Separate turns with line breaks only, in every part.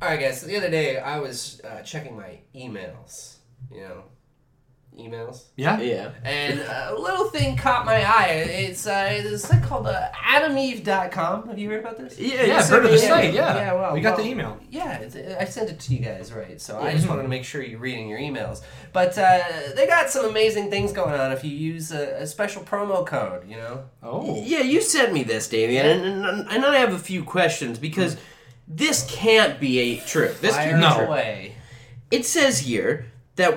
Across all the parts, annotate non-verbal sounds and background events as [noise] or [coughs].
All right, guys. So the other day, I was uh, checking my emails. You know, emails.
Yeah.
Yeah.
And a little thing caught my eye. It's uh, this site called uh, AdamEve.com. Have you heard about this?
Yeah,
Yeah,
you
I've
said
heard of
it,
the
yeah.
site. Yeah.
Yeah, well,
we got
well-
the email.
Yeah, it's, I sent it to you guys, right? So I just wanted to make sure you're reading your emails. But uh, they got some amazing things going on if you use a, a special promo code, you know?
Oh.
Yeah, you sent me this, Damien, and, and, and I have a few questions because this can't be a true. This
Hmm. Fire
can't-
No.
away.
It says here that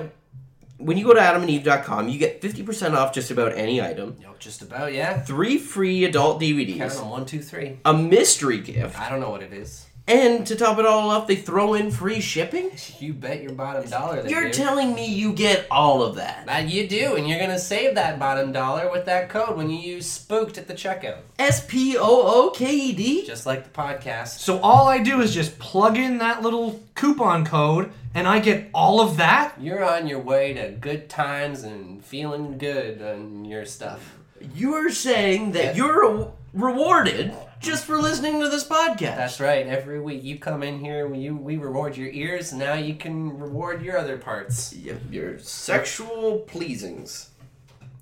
when you go to adamandeve.com, you get 50% off just about any item,
You know, just about, yeah?
three free adult
Count
DVDs,
them one, two, three.
a mystery gift,
I don't know what it is.
and to top it all off, they throw in free shipping?
You bet your bottom dollar they
You're
do.
telling me you get all of that.
that you do, and you're gonna save that bottom dollar with that code when you use spooked at the checkout.
S P O O K E D?
Just like the podcast.
So all I do is just plug in that little coupon code, and I get all of that.
You're on your way to good times and feeling good on your stuff.
You're saying that you're re- rewarded just for listening to this podcast.
That's right. Every week you come in here, we you, we reward your ears. Now you can reward your other parts.
Y- your sexual pleasings.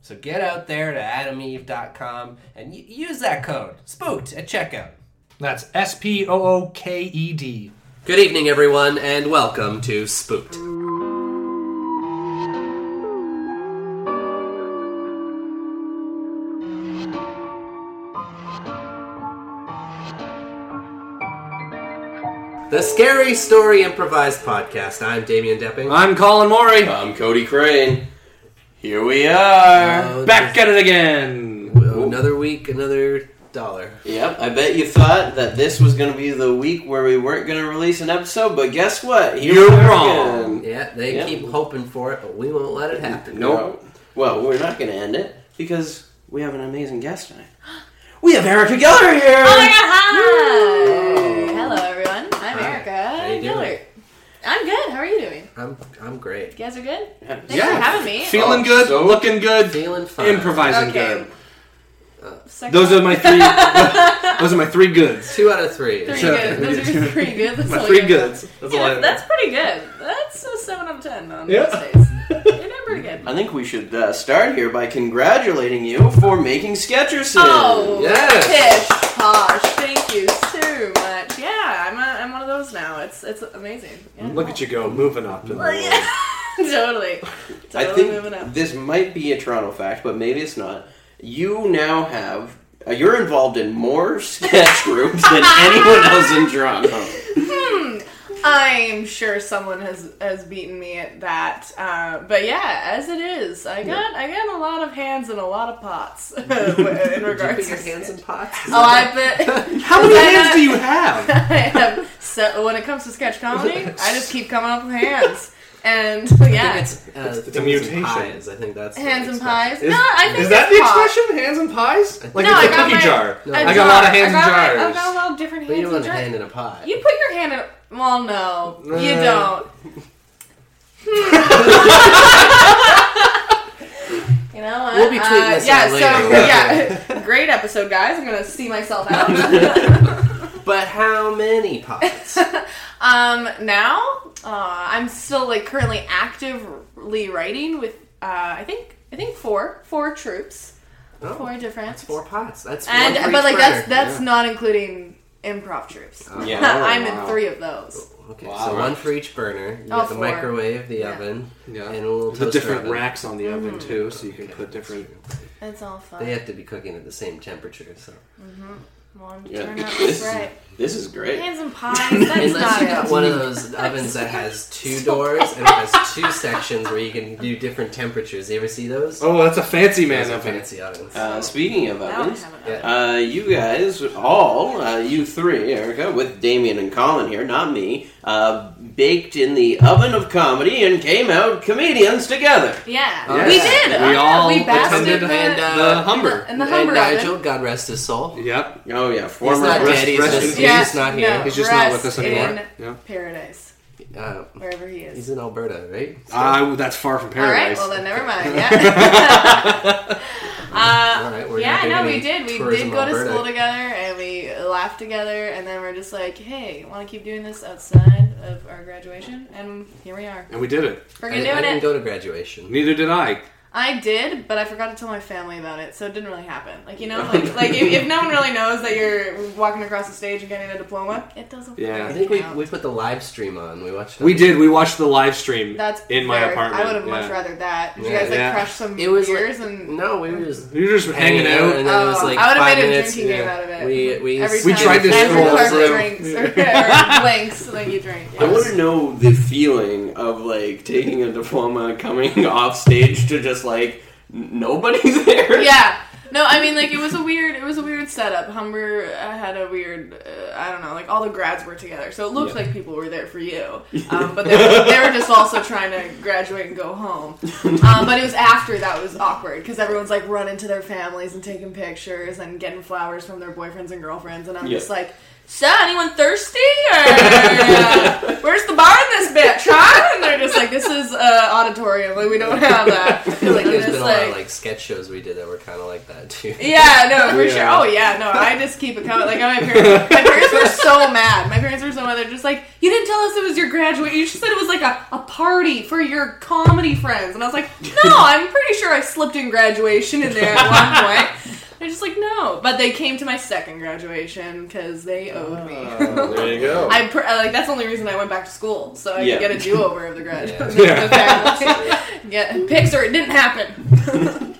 So get out there to AdamEve.com and y- use that code spooked at checkout.
That's S P O O K E D.
Good evening, everyone, and welcome to Spooked. The Scary Story Improvised Podcast. I'm Damian Depping.
I'm Colin Morey. I'm Cody Crane. Here we are.
Back at it again.
Another week, another dollar.
Yep, I bet you thought that this was going to be the week where we weren't going to release an episode, but guess what? Here
You're
we are
wrong.
again.
Yeah, they
Yeah.
keep hoping for it, but we won't let it happen.
Nope. Well, we're not going to end it because we have an amazing guest tonight. We have Erica Geller here.
Oh my god, hi! Hello everyone, I'm
Hi.
Erica
How you doing?
Gillard. I'm good, how are you doing?
I'm, I'm great.
You guys are good?
Yeah.
Thanks for having me.
Feeling
Oh,
good,
so-
looking good,
Feeling fine.
improvising
Okay.
good.
Second-
Those are my three. [laughs] those are my three goods.
Two out of three.
Pretty
Sure. [laughs]
good. Those are pretty good. That's all
My
I
three
got.
goods. That's all
Yeah,
I
that's, that's pretty good. That's a 7 out of 10 on
Yeah.
those days. You're doing pretty
[laughs]
good.
I think we should uh, start here by congratulating you for making Sketcherson.
Oh,
Yes.
pish posh. Thank you so much. Yeah, I'm, a, I'm one of those now. It's it's amazing. Yeah.
Look at you go, moving up. In the
Well,
world.
yeah. [laughs] totally. Totally
I
moving up.
think this might be a Toronto fact, but maybe it's not. You now have uh, you're involved in more sketch groups than anyone else in Toronto.
I'm sure someone has has beaten me at that, uh, but yeah, as it is, I got I got a lot of hands and a lot
[laughs]
of pots [laughs] in regards to sketch.
pots.
Oh, I bet.
[laughs] How many
Why
hands
not?
do you have?
[laughs] I have. So when it comes to sketch comedy, I just keep coming up with hands and yeah,
it's, uh,
it's a mutation.
Pies. I think that's the
hands and
expression.
pies.
Is,
no, I think
is that
it's
the
pot.
expression? Hands and pies? Like
No,
it's
I
a
got
cookie
my-
jar.
I
I got a lot of
jar.
hands
I got,
and
I
jars.
got a lot of different
But you don't want
hands and
a
jars.
hand in a pie.
You put your hand in. Well, no, you
Uh.
don't. [laughs] you know what? Uh,
We'll be tweeting this
yeah,
out later.
so yeah, [laughs] great episode, guys. I'm gonna see myself out.
[laughs] But how many
[laughs]
pies?
um, now uh, I'm still like currently actively writing with uh, I think I think four four troops,
Oh,
four different,
That's four pots. That's one for
and
each
but like
burner.
that's that's not including improv troops.
Oh.
Yeah,
[laughs] I'm
wow.
in three of those.
Okay,
Wow.
so one for each burner. You
Oh,
got the
four.
microwave, the
Yeah.
oven,
Yeah.
and a little
The
toaster
different
oven.
racks on the oven
Mm.
too, so you can put different.
It's all fun.
They have to be cooking at the same temperature, so
One
Yeah.
[laughs]
turn up
This
is
is-
right.
This is great.
Hands and pies. That's
unless
not
you got
it.
one of those ovens that has two doors and it has two sections where you can do different temperatures. You ever see those?
Oh, that's a fancy man
Those are
oven.
fancy ovens.
Uh, speaking of
That one
ovens,
have
Yeah.
it.
uh, you guys all, uh, you three, Erica, with Damien and Colin here, not me, uh, baked in the oven of comedy and came out comedians together.
Yeah.
Yes.
we did.
We
yeah.
all
we basted
attended
the,
and, uh,
The Humber.
in the
and
Humber oven.
Nigel, God rest his soul.
Yep.
Oh yeah,
He's
former
not
rest-
dead. He's
rest
just,
in
he's
peace.
just not here.
No,
He's just not
rest
with us anymore.
In
Yeah.
Paradise.
Uh,
wherever he is.
he's in Alberta, right? Uh, that's far from
All right.
paradise.
Well, then never mind. Yeah. uh,
All right, we're
yeah.
not doing
No, we
any
did. We
tourism
did go to
Alberta.
school together and we laughed together, and then we're just like, "Hey, want to keep doing this outside of our graduation?" And here we are.
And we did it.
We're
I,
gonna
didn't- I
doing
didn't
it.
go to graduation.
Neither did I.
I did, but I forgot to tell my family about it, so it didn't really happen. Like you know,
[laughs]
like like if, if no one really knows that you're walking across the stage and getting a diploma, it doesn't.
Yeah.
I
fucking
think we,
count.
we put the live stream on. We watched. it.
We did. We watched the live stream
That's
in my
fair.
apartment.
I would have much
yeah.
rather that. Did you
Yeah.
guys like
Yeah.
crush some
It was like-
beers and
No, we were just
You're just hanging out.
and then it was
Oh,
like
I would've
five
made a
minutes.
drinking game
yeah.
out of it.
We we
Every
We
time
tried to
every
scroll
time
through.
drinks [laughs]
[laughs]
[laughs]
or, or [laughs] blinks, and then you drink.
I
yes.
want to know the feeling of like taking a diploma, coming [laughs] off stage to just like n- nobody's [laughs] there.
yeah. No, I mean like it was a weird, it was a weird setup. Humber uh, had a weird, uh, I don't know, like all the grads were together, so it looked like people were there
[laughs]
for you, um, but they were, they were just also trying to graduate and go home. Um, but it was after that was awkward because everyone's like running to their families and taking pictures and getting flowers from their boyfriends and girlfriends, and I'm
Yeah.
just like. So, anyone thirsty?
[laughs]
Or, uh, where's the bar in this bitch, huh? And they're just like, this is uh, auditorium. Like, we don't have that.
I feel [laughs] like
And
there's
it's
been a lot of like sketch shows we did that were kind of like that too.
yeah, no, for
Yeah.
sure. Oh yeah, no, I just keep it coming. Like my parents, my parents were so mad. My parents were so mad. They're just like, you didn't tell us it was your graduate. You just said it was like a, a party for your comedy friends. And I was like, no, I'm pretty sure I slipped in graduation in there at one point. They're just like, no, but they came to my second graduation because they owed me.
there you go.
I pr- uh, like that's the only reason I went back to school so I
Yeah.
could get a do over of the [laughs] graduation.
Yeah.
[laughs] Get pics or it didn't happen. [laughs]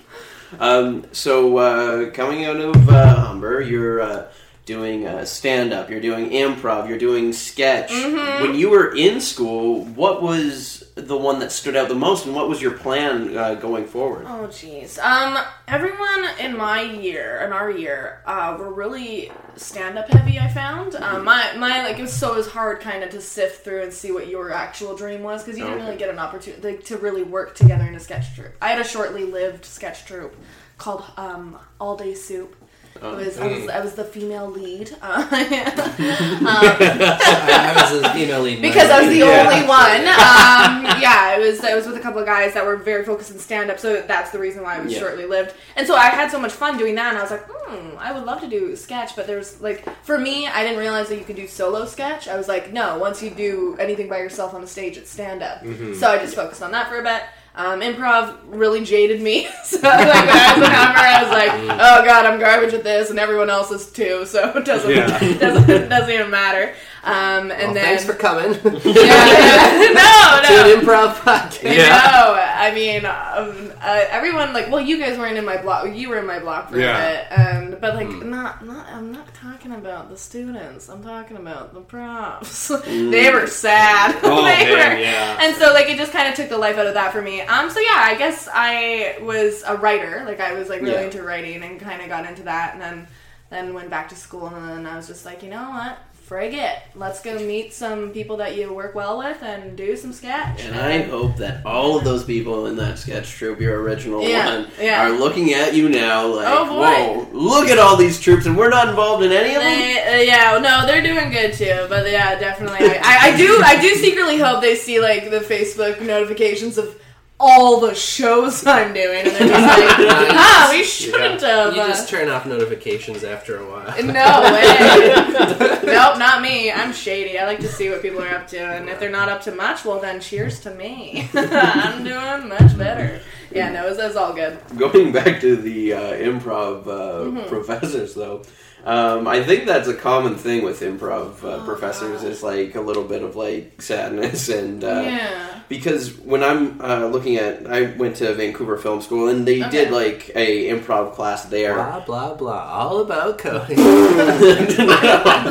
Um, so uh, coming out of uh, Humber, you're uh, doing uh, stand up, you're doing improv, you're doing sketch.
Mm-hmm.
When you were in school, what was the one that stood out the most, and what was your plan uh, going forward?
Oh jeez. Um, everyone in my year, in our year, uh, were really stand up heavy. I found. Um, my my like it was so it was hard kind of to sift through and see what your actual dream was because you didn't
Okay.
really get an opportunity like, to really work together in a sketch troupe. I had a shortly lived sketch troupe called um, All Day Soup. It was, I, was, I was the female lead. [laughs] Uh, um,
I, I was a female lead.
[laughs] because I
[laughs]
was the
Yeah.
only one. Um, yeah, it was I was with a couple of guys that were very focused in stand up, so that's the reason why I was
Yeah.
shortly lived. And so I had so much fun doing that, and I was like, hmm, I would love to do sketch, but there's like for me, I didn't realize that you could do solo sketch. I was like, no, once you do anything by yourself on a stage, it's stand up. So I just focused on that for a bit. Um, improv really jaded me, [laughs] so like when I was a hammer, I was like, "Oh God, I'm garbage at this," and everyone else is too, so it doesn't
Yeah.
[laughs] doesn't doesn't even matter. Um, and
Well,
then
thanks for coming [laughs]
[laughs] yeah. [laughs] no,
to
no.
an improv podcast.
Yeah.
No, I mean, um, uh, everyone like, well, you guys weren't in my block. You were in my block for
Yeah.
a bit, um, but like, not, not. I'm not talking about the students. I'm talking about the props. [laughs] they were sad. [laughs]
Oh,
they
man,
were,
yeah.
[laughs] and so like, it just kind of took the life out of that for me. Um, so yeah, I guess I was a writer. Like, I was like really
Yeah.
into writing and kind of got into that, and then then went back to school and then I was just like, you know what? Frig it. Let's go meet some people that you work well with and do some sketch.
And I hope that all of those people in that sketch troupe, your original
Yeah,
one,
yeah.
are looking at you now like,
Oh, boy.
whoa, look at all these troops, and we're not involved in any of them?
They, uh, yeah, no, they're doing good too. But yeah, definitely, I, I, I do, I do secretly hope they see like the Facebook notifications of all the shows I'm doing, and they're just like,
[laughs]
ah, we shouldn't have.
You
uh,
just turn off notifications after a while.
No way. nope, not me. I'm shady. I like to see what people are up to, and if they're not up to much, well, then cheers to me. [laughs] I'm doing much better. Yeah, no, it's, it's all good.
Going back to the uh, improv uh, professors, though, um, I think that's a common thing with improv uh, professors is like a little bit of like sadness [laughs] and uh,
yeah.
because when I'm uh, looking at, I went to Vancouver Film School and they
Okay.
did like a improv class there.
Blah blah blah. All about coding. [laughs] no,
[laughs]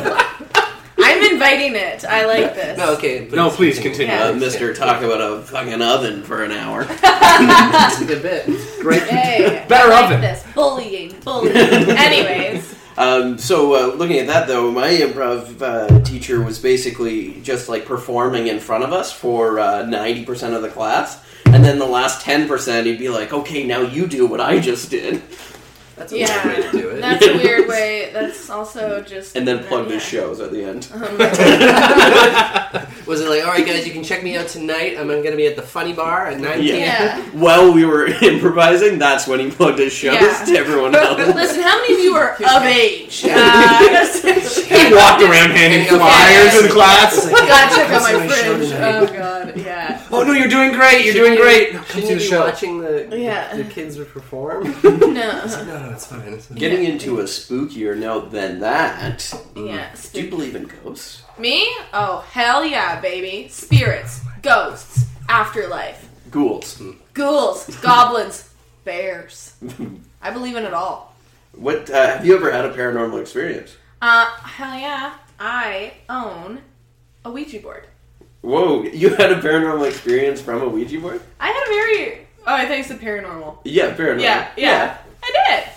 I'm inviting it. I like this.
okay.
No, please continue.
Yeah.
[laughs]
uh, Mister talk about a fucking oven for an hour.
That's a good bit.
Great.
Hey,
Better
I like
oven.
this. Bullying, bullying. Anyways,
Um, so uh, looking at that though, my improv uh, teacher was basically just like performing in front of us for uh, ninety percent of the class, and then the last ten percent he'd be like, "Okay, now you do what I just did,"
That's a
Yeah.
weird way to do it.
that's a weird way. That's also just
and then plugged
yeah.
his shows at the end.
Oh my God.
[laughs] Was it like, all right, right, guys, you can check me out tonight. I'm going to be at the Funny Bar at 9 p.m.
Yeah.
[laughs]
While we were improvising, that's when he plugged his shows
Yeah.
to
[laughs]
everyone else.
Listen, how many of you are of [laughs] age? Uh,
He walked around handing flyers in class.
God, check out my
That's my show
fridge.
tonight.
Oh god, yeah.
Oh no, you're doing great. You're doing great.
Shouldn't you be watching the,
Yeah.
the kids perform?
[laughs]
[laughs]
No.
Oh,
no, no, it's fine. It's fine.
Getting into a spookier note than that.
Yeah.
Do you believe in ghosts?
Me? Oh hell yeah, baby. Spirits, ghosts, afterlife,
Ghouls.
[laughs]
ghouls, goblins, bears. I believe in it all.
What uh, have you ever had a paranormal experience?
Uh, hell yeah. I own a Ouija board.
Whoa, you had a paranormal experience from a Ouija board?
I had a very. Oh, I thought you said paranormal.
Yeah, paranormal.
Yeah, yeah. I did.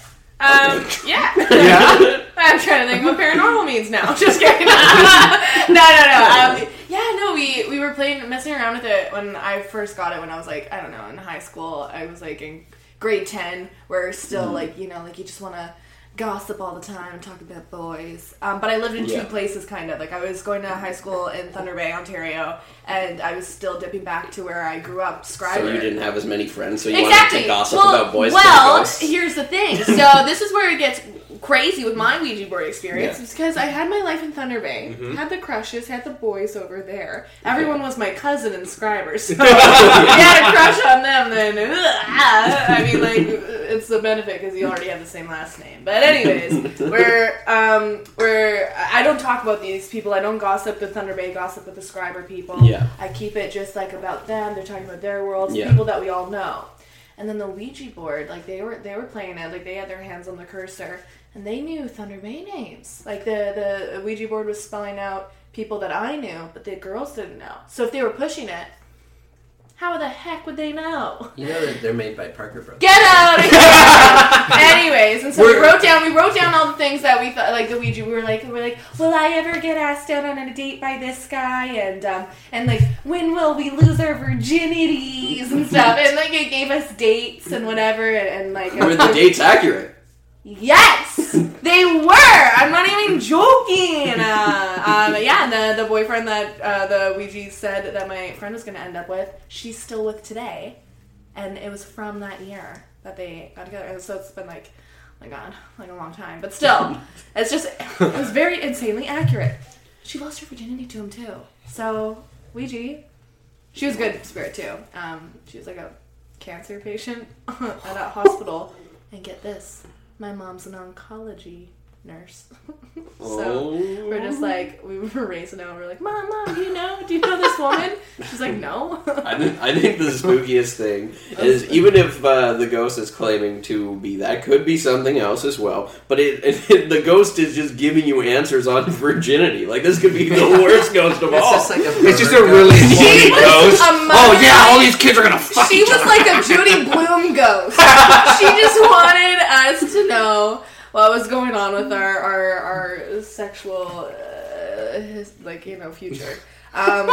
Um,
[laughs]
yeah.
Yeah.
[laughs] I'm trying to think what paranormal means now. [laughs] Just kidding. no, no, no. Um, yeah, no. We we were playing, messing around with it when I first got it. When I was like, I don't know, in high school. I was like in grade ten, where it's still
Mm.
like you know, like you just want to gossip all the time, talk about boys. Um, but I lived in
Yeah.
two places, kind of. Like I was going to high school in Thunder Bay, Ontario, and I was still dipping back to where I grew up, Scriber
So you didn't have as many friends, so you
exactly.
wanted to gossip
well,
about boys
well,
and ghosts.
here's the
[laughs]
thing. So this is where it gets crazy with my Ouija board experience
Yeah. Mm-hmm.
It's because I had my life in Thunder Bay, had the crushes, had the boys over there. Everyone was my cousin and scribers.
[laughs]
So [laughs] if you had a crush on them, then [laughs] ugh, ah. I mean, like it's the benefit because you already have the same last name. But
[laughs]
anyways, we're um we're I don't talk about these people. I don't gossip the Thunder Bay gossip with the scriber people.
Yeah.
I keep it just like about them. They're talking about their worlds,
Yeah.
people that we all know. And then the Ouija board, like they were they were playing it, like they had their hands on the cursor, and they knew Thunder Bay names. Like the the Ouija board was spelling out people that I knew, but the girls didn't know. So if they were pushing it, how the heck would they know?
You know that they're made by Parker Brothers.
Get out of
[laughs]
here! Anyways, and so we wrote down we wrote down all the things that we thought like the Ouija. We were like we were like, will I ever get asked out on a date by this guy? And um and like when will we lose our virginities and stuff? And like it gave us dates and whatever and, and like
Were the dates accurate?
Yes, they were. I'm not even joking. Uh, um, yeah, and the, the boyfriend that uh, the Ouija said that my friend was going to end up with, she's still with today, and it was from that year that they got together. And so it's been like, oh my god, like a long time. But
[laughs]
still, it's just it was very insanely accurate. She lost her virginity to him too. So Ouija, she was good spirit too. Um, she was like a cancer patient [laughs] at a hospital, and get this. My mom's an oncology nurse. [laughs] so
Oh.
we're just like, we were raising out, we're like, Mom, Mom, do you know? Do you know this woman? She's like, No.
[laughs] I, th- I think the spookiest [laughs] thing is even if uh, the ghost is claiming to be that could be something else as well, but it, it, [laughs] the ghost is just giving you answers on [laughs] virginity. Like this could be the worst ghost [laughs] of
It's
all.
just like a
Oh. It's just a
pervert
really
ghost.
horny
was
ghost.
a
Oh yeah,
mother-
all these kids are gonna fuck
she
each
was
other.
like a Judy Bloom ghost. she just wanted us to know what was going on with our our, our sexual, uh, his, like you know, future. Um,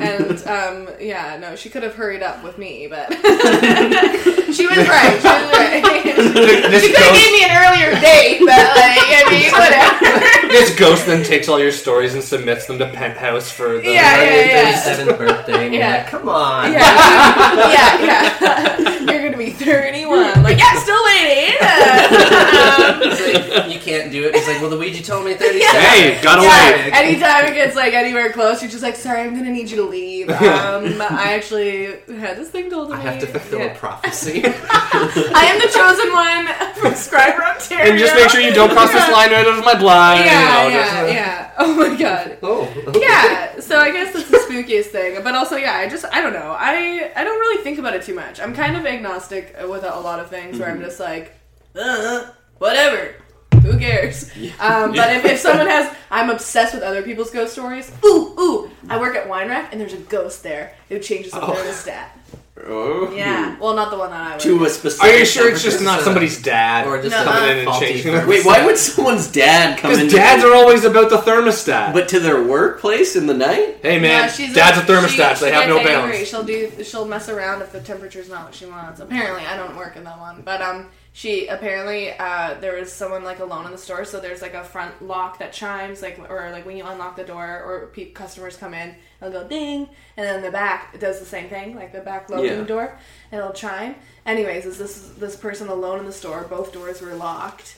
and um, yeah, no, she could have hurried up with me, but [laughs] she was right. She was
[laughs]
right.
this,
She could have
ghost,
gave me an earlier date, but like I
[laughs]
mean, whatever.
this ghost
[laughs]
then takes all your stories and submits them to Penthouse for the.
Yeah, yeah, yeah.
37th birthday. And
Yeah.
yeah. Like, Come on. [laughs]
Yeah, yeah, yeah. [laughs] You're gonna be 31. Like, yeah, still waiting. Um, [laughs]
It's like, you can't do it. It's like, well, the Ouija told me 37.
Hey, got away.
Yeah, anytime it gets like anywhere close, you're just like, sorry, I'm gonna need you
[laughs]
to leave. Um, I actually had this thing told to
I
me.
have to fulfill
Yeah.
a prophecy. [laughs]
I am the chosen one [laughs] from Scriber Ontario.
And just make sure you don't cross this line right out of my blind.
Yeah,
You know, just-
yeah, yeah. [laughs] Oh my god.
oh.
Yeah. So I guess that's the spookiest thing. But also, yeah, I just I don't know. I I don't really think about it too much. I'm kind of agnostic with a lot of things where I'm just like, uh, whatever. Who cares? Um, but if, if someone has, I'm obsessed with other people's ghost stories. Ooh, ooh! I work at Wine Rack and there's a ghost there who changes up their stat.
Oh. [laughs]
Yeah. Well, not the one that I was.
To a
Are
specific.
you sure it's just
Just,
not
uh,
somebody's dad?
Or just
No,
a
uh,
Coming in and
faulty
changing
birth
Wait, why would someone's dad come in?
Because dads are always about the thermostat.
But to their workplace in the night?
hey man, dads are thermostats. they have no
bounds.
balance.
She'll do. She'll mess around if the temperature's not what she wants. Apparently, I don't work in that one, but um, she apparently uh, there was someone like alone in the store, so there's like a front lock that chimes, like or like when you unlock the door, or pe- customers come in, it'll go ding, and then the back it does the same thing, like the back loading
Yeah.
door, and it'll chime. Anyways, is this this person alone in the store? Both doors were locked,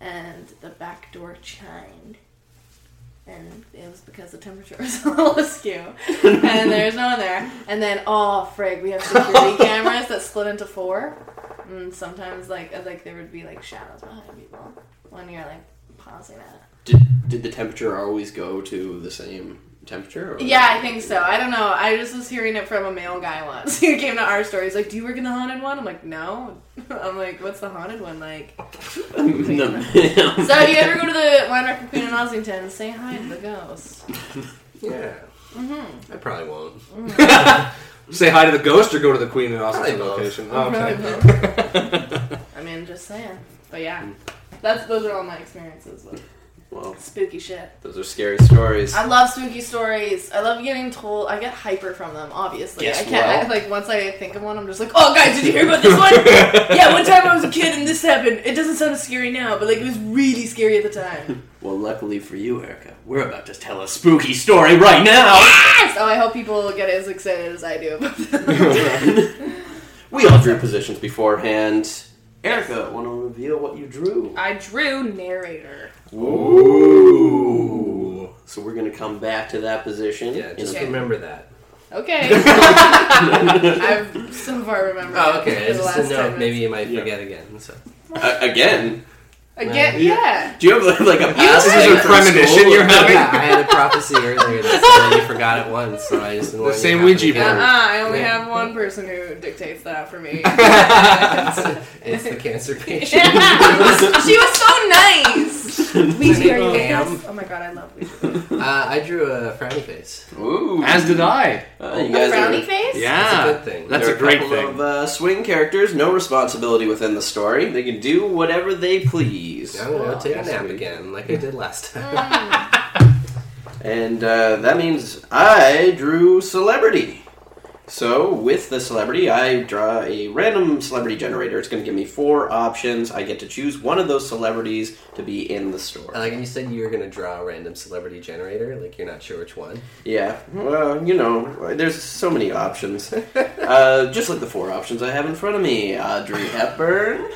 and the back door chimed. And it was because the temperature [laughs] was a little askew, and there's no one there. And then, oh frig, we have [laughs] security cameras that split into four. And sometimes, like, uh, like there would be like shadows behind people when you're like pausing at it.
Did, did the temperature always go to the same temperature? Or?
Yeah, I think so. I don't know. I just was hearing it from a male guy once. [laughs] he came to our store. He's like, "Do you work in the haunted one?" I'm like, "No." [laughs] I'm like, "What's the haunted one like?"
The-
So, do you ever go to the Wine Record Queen in Ossington and say hi to the ghost?
Yeah. I probably won't.
Say hi to the ghost or go to the Queen and
Probably
Austin
both.
location. Oh, okay. [laughs]
I mean, just saying. But yeah, that's those are all my experiences with
[laughs] well,
spooky shit.
those are scary stories.
I love spooky stories. I love getting told. I get hyper from them. Obviously,
Guess
I can't.
what?
I, like once I think of one, I'm just like, "Oh, guys, did you hear about this
[laughs]
one? yeah, one time I was a kid and this happened. It doesn't sound as scary now, but like it was really scary at the time."
Well, luckily for you, Erica, we're about to tell a spooky story
[laughs]
right now. [laughs]
Ah!
Yes! Oh, I hope people get as excited as I do about that.
[laughs]
we all drew positions beforehand. Erica, want to reveal what you drew?
I drew narrator.
Ooh. So we're gonna come back to that position.
Yeah, just
Okay.
remember that.
[laughs]
Okay, I've [laughs] so far remembered.
Oh,
it
okay.
for
I
the
just
last
didn't know.
10
Maybe
minutes.
you might
Yeah.
forget again. So.
A- again.
again.
Yeah.
Yeah,
Do you have like a past
This is a
from
premonition
school?
you're
[laughs]
having?
Yeah, I had a prophecy earlier that said you forgot it once, so I just didn't
The
want it to
same
happen
Ouija
again.
uh-uh, I only
Yeah.
have one person who dictates that
[laughs]
for me. [laughs]
It's the cancer patient.
Yeah. she was so
[laughs]
nice. Ouija, are you with
Ma'am.
us? Oh my god, I love Ouija.
Uh, I drew a frowny face.
[laughs] Ooh.
As did I.
Uh, you
A
guys are-
frowny face?
Ah,
Yeah.
That's a good thing.
That's
There
a
are
great
couple
thing.
Of, uh, swing characters, no responsibility within the story. They can do whatever they please.
I'm gonna go take a
Yes,
nap
we-
again, like I did last time.
And uh, that means I drew celebrity. So with the celebrity, I draw a random celebrity generator. It's going to give me four options. I get to choose one of those celebrities to be in the store.
I Like you said, you were gonna draw a random celebrity generator. Like you're not sure which one.
Yeah, well, you know, there's so many options. uh, just like the four options I have in front of me: Audrey Hepburn.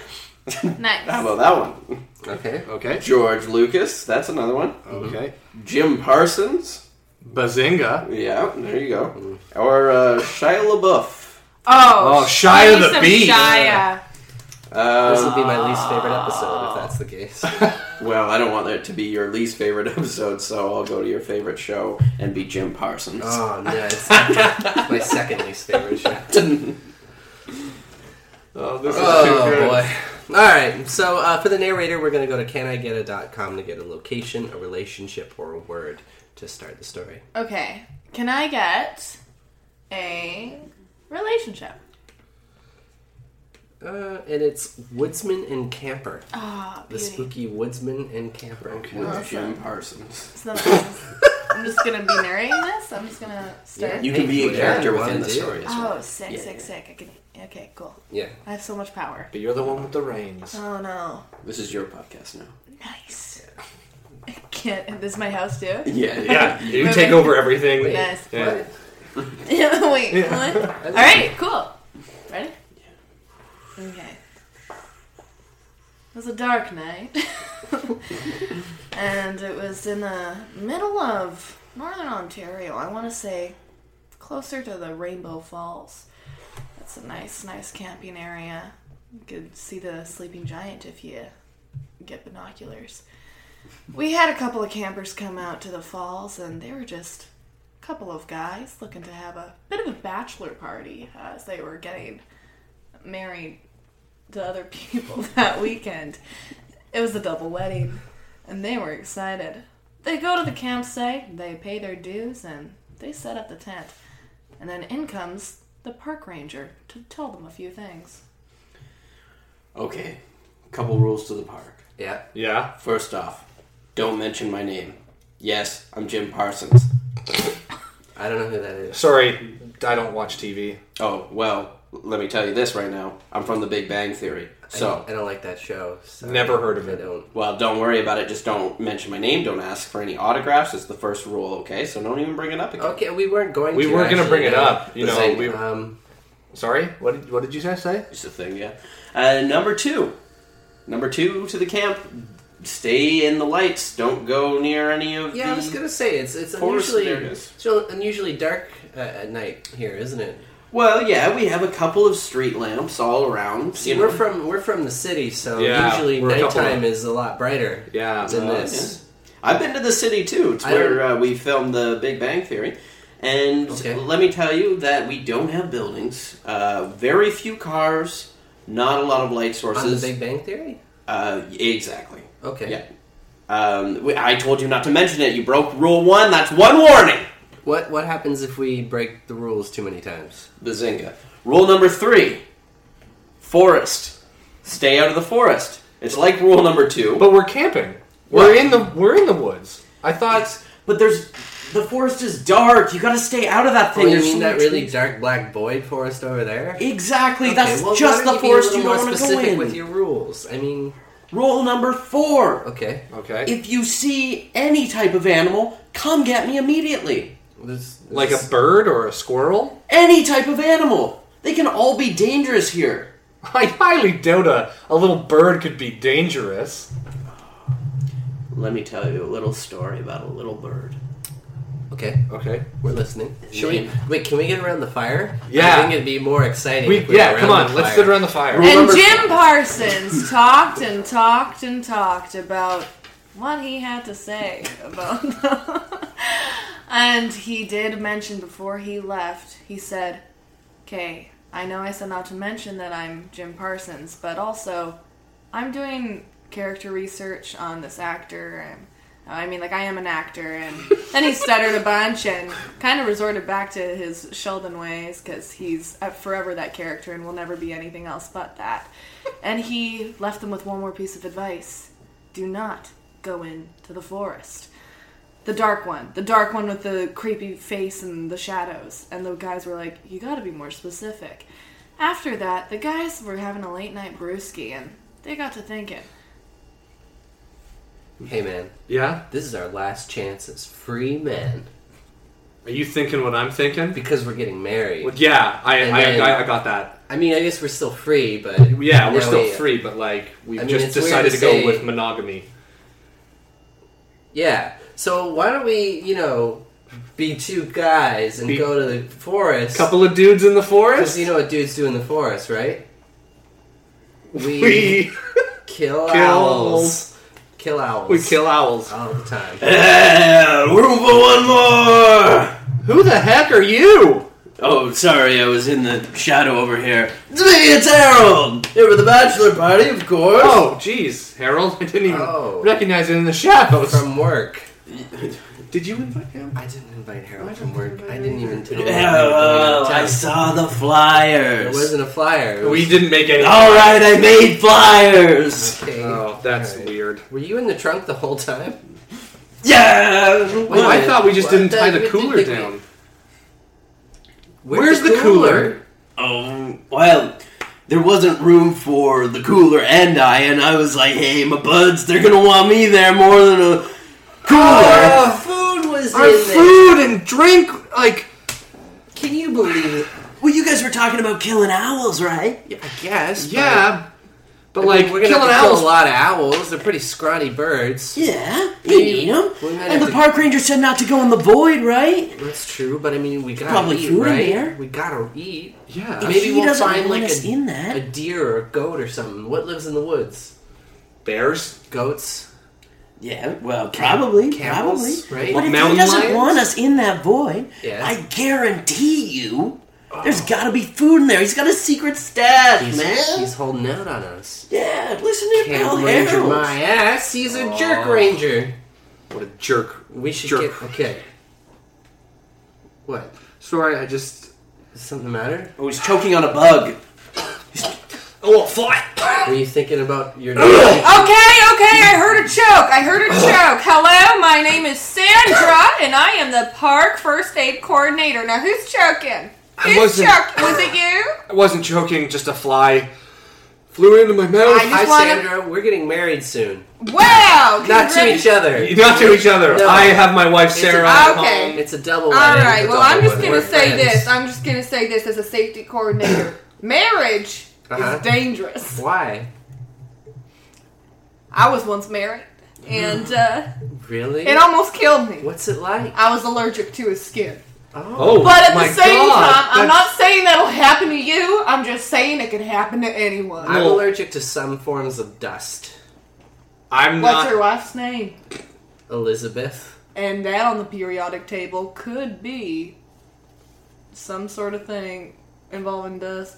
Nice.
How about that one?
Okay.
Okay.
George Lucas. That's another one.
Okay.
Jim Parsons.
Bazinga.
Yeah, there you go. Or uh, Shia LaBeouf.
Oh,
Oh, Shia
give me
the
some
Bee.
Shia.
This will
Uh,
be my least favorite episode if that's the case.
well, I don't want that to be your least favorite [laughs] episode, so I'll go to your favorite show and be Jim Parsons.
oh no,
[laughs]
it's my second least favorite show.
Oh, this is too good.
Oh boy. All right. So uh, for the narrator, we're gonna go to canigeta.com to get a location, a relationship, or a word to start the story.
Okay, can I get a relationship?
Uh, and it's woodsman and camper.
Oh,
The
beauty.
spooky woodsman and camper. Okay.
With Jim Parsons.
It's not- I'm just gonna be narrating this. I'm just gonna start.
You can be a
Yeah,
character
you
within
wanna
the
do.
story. as well.
Oh, sick, sick, sick. I can. Okay, cool.
Yeah.
I have so much power.
But you're the one with the reins.
Oh no,
This is your podcast now.
nice.
[laughs]
I can't. This is my house too.
[laughs] Yeah,
Yeah, you take over everything.
Yes.
Yeah.
[laughs] Wait, what? All right, cool. Ready? Okay. It was a dark [laughs] night. and it was in the middle of northern Ontario. I want to say closer to the Rainbow Falls. That's a nice, nice camping area. You could see the sleeping giant if you get binoculars. We had a couple of campers come out to the falls, and they were just couple of guys looking to have a bit of a bachelor party uh, as they were getting married to other [laughs] people that weekend. It was a double wedding, and they were excited. They go to the campsite, they pay their dues, and they set up the tent. And then in comes the park ranger to tell them a few things.
Okay. Couple rules to the park.
Yeah.
Yeah.
First off, don't mention my name. Yes, I'm Jim Parsons.
I don't know who that is.
Sorry, I don't watch TV.
Oh, well, let me tell you this right now. I'm from The Big Bang Theory.
So
So,
I don't like that show. so
Never heard of
I
it.
don't.
well, don't worry about it. Just don't mention my name. Don't ask for any autographs. It's the first rule, okay? So don't even bring it up again.
Okay, we weren't going.
We
to,
were going to
actually,
bring it
no.
up. You
the
know,
same,
we.
Um,
Sorry, what did what did you guys say?
It's a thing, yeah. Uh, number two. Number two to the camp. Stay in the lights. Don't go near any of
yeah, I
the
was going to say it's it's
forest
unusually
areas.
it's real- unusually dark uh, at night here, isn't it?
Well, yeah, we have a couple of street lamps all around.
See,
you
we're
know.
from we're from the city, so
Yeah,
usually
we're a couple
nighttime
of-
is a lot brighter
Yeah,
than
uh,
this.
I've been to the city too. It's
I
where uh, we filmed the Big Bang Theory. And
Okay.
let me tell you that we don't have buildings, uh, very few cars, not a lot of light
On the
sources.
Big Bang Theory.
uh, exactly.
Okay.
Yeah. Um, we- I told you not to mention it. You broke rule one. That's one warning.
What what happens if we break the rules too many times?
Bazinga. Rule number three forest. Stay out of the forest. It's like rule number two.
But we're camping. We're in the we're in the woods. I thought.
But there's the forest is dark. You got to stay out of that
Oh,
thing.
you
There's so
mean that
much-
really dark black void forest over there?
Exactly.
Okay,
that's
well, why
just
don't
the
be a
forest
little
you don't
more
want to go
specific
in.
with your rules. I mean,
Rule number four:
okay,
Okay.
If you see any type of animal, come get me immediately. [laughs]
this, this
like a bird or a squirrel?
Any type of animal. They can all be dangerous here.
I highly doubt a, a little bird could be dangerous.
Let me tell you a little story about a little bird.
okay,
Okay.
we're listening. Should
Name.
we wait? Can we get around the fire?
Yeah.
I think it'd be more exciting.
We,
if we
yeah,
were
come
around
on.
the
Let's
fire.
sit around the fire.
And
Remember-
Jim Parsons talked and talked and talked about what he had to say about [laughs] them. and he did mention before he left, he said, Okay, I know I said not to mention that I'm Jim Parsons, but also I'm doing character research on this actor and uh, I mean, like, I am an actor, and then he stuttered a bunch and kind of resorted back to his Sheldon ways because he's uh, forever that character and will never be anything else but that. And he left them with one more piece of advice do not go into the forest. The dark one, the dark one with the creepy face and the shadows. And the guys were like, you gotta be more specific. After that, the guys were having a late night brewski, and they got to thinking.
Hey man,
Yeah?
this is our last chance as free men
Are you thinking what I'm thinking?
because we're getting married.
Well, yeah, I,
And
I,
then-
I, I got that.
I mean, I guess we're still free, but
Yeah,
now
we're still
we-
free, but like, we
I mean,
just
it's weird
decided
to
to go
say-
with monogamy.
Yeah. So why don't we, you know, be two guys and
Be-
go to the forest?
Couple of dudes in the
Because
forest?
you know what dudes do in the forest, right? [laughs] We,
we,
kill,
kill
owls. Kill owls.
we kill owls.
all the time.
Yeah, room for one more.
Who the heck are you?
Oh, sorry, I was in the shadow over here. It's me, it's Harold. Here for the bachelor party, of course.
Oh, jeez, Harold. I didn't even
Oh.
recognize it in the shadows.
From work.
Did you invite him?
I didn't invite Harold from work. I didn't even tell him. Oh, I
Harold,
was going out
I
of town.
saw the
There
flyers.
wasn't a flyer. It
We
was-
didn't make any.
Oh,
All right, I made flyers.
Okay.
[laughs] Oh, that's
All right.
weird.
Were you in the trunk the whole time?
Yeah.
Wait,
I thought we just
What?
didn't tie
That-
the
we didn't
cooler
think we-
down.
Where's, the, cooler?
Oh, well, there wasn't room for the cooler and I, and I was like, hey, my buds, they're gonna want me there more than a cooler.
Our food was
Our
in there.
food and drink, like
Can you believe it?
well, you guys were talking about killing owls, right?
I guess.
yeah, but
Like
like
we're gonna
killing
have to kill a
owls.
lot of owls. They're pretty scrawny birds.
Yeah, you need them.
We might
And
have
the
to-
park ranger said not to go in the void, right?
That's true, but I mean, we gotta
Probably
eat,
food in
right?
there.
We gotta eat.
Yeah,
Maybe
he
we'll
doesn't
find
want
like
us
a,
in that.
a deer or a goat or something. What lives in the woods?
bears.
Goats.
Yeah, well, probably,
camels,
probably.
right?
But if
Mountain
he doesn't
lions?
want us in that void,
Yeah.
I guarantee you, there's got to be food in there. He's got a secret stash,
He's,
man.
he's holding out on us.
yeah, listen to
Can't
Pal
ranger
Harold.
my ass. He's a jerk ranger.
Oh. What a jerk!
We should
Jerk.
get okay. What?
Sorry, I just.
Is something the matter?
Oh, he's choking on a bug.
Oh, a fly!
Were you thinking about
[coughs]
your?
Okay, okay, I heard a joke. I
[laughs]
heard a joke. Hello, my name is Sandra, and I am the park first aid coordinator. Now, who's joking?
I wasn't.
Chuck, was it you?
I wasn't choking. Just a fly flew into my mouth.
I
Hi,
just wanna-
Sandra. We're getting married soon.
Wow!
Not to
congrat-
each other.
[laughs] Not to each other.
No.
I have my wife Sarah.
a-
at
okay.
home.
It's a double.
All
wedding.
right.
It's a
Well, I'm
double
just
wedding.
gonna
We're
say
friends.
this. I'm just gonna say this as a
[laughs]
safety coordinator. Marriage
Uh-huh.
is dangerous.
Why?
I was once married, and uh,
Really?
it almost killed me.
What's it like?
I was allergic to his skin.
Oh.
Oh,
But at
my
the same
God,
time, I'm
that's-
not saying that'll happen to you. I'm just saying it could happen to anyone.
I'm
Well-
allergic to some forms of dust.
I'm
What's
not.
your wife's name?
Elizabeth.
And that on the periodic table could be some sort of thing involving dust.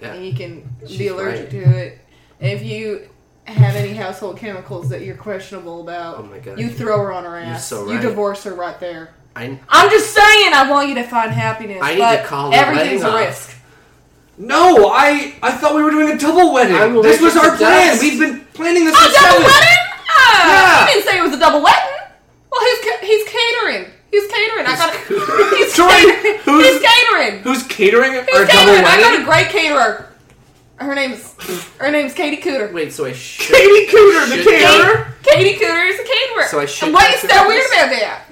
Yeah.
And you can be
She's
allergic
right.
to it. If you have any household chemicals that you're questionable about,
Oh my God.
you throw her on her ass.
so
You
right.
divorce her right there.
I
I'm just saying I want you to find happiness.
I need
but
to call the wedding
everything's a
off.
risk.
No, I I thought we were doing a double wedding.
I'm
this was
allergic
our
to
plan.
dust.
We've been planning this
A
for
double
seven.
wedding? Oh,
Yeah.
He didn't say it was a double wedding. Well, he's ca- he's catering. He's catering. I got. [laughs] He's
Sorry,
catering.
who's-
He's catering.
Who's catering
He's
our double
catering. I got
wedding?
a great caterer. Her name's her name's Katie Cooter.
wait.
[laughs]
So I should.
Katie Cooter, the
Shit.
caterer.
Katie Cooter is a caterer.
So I should
And why is
go
that
through
weird
this?
about that?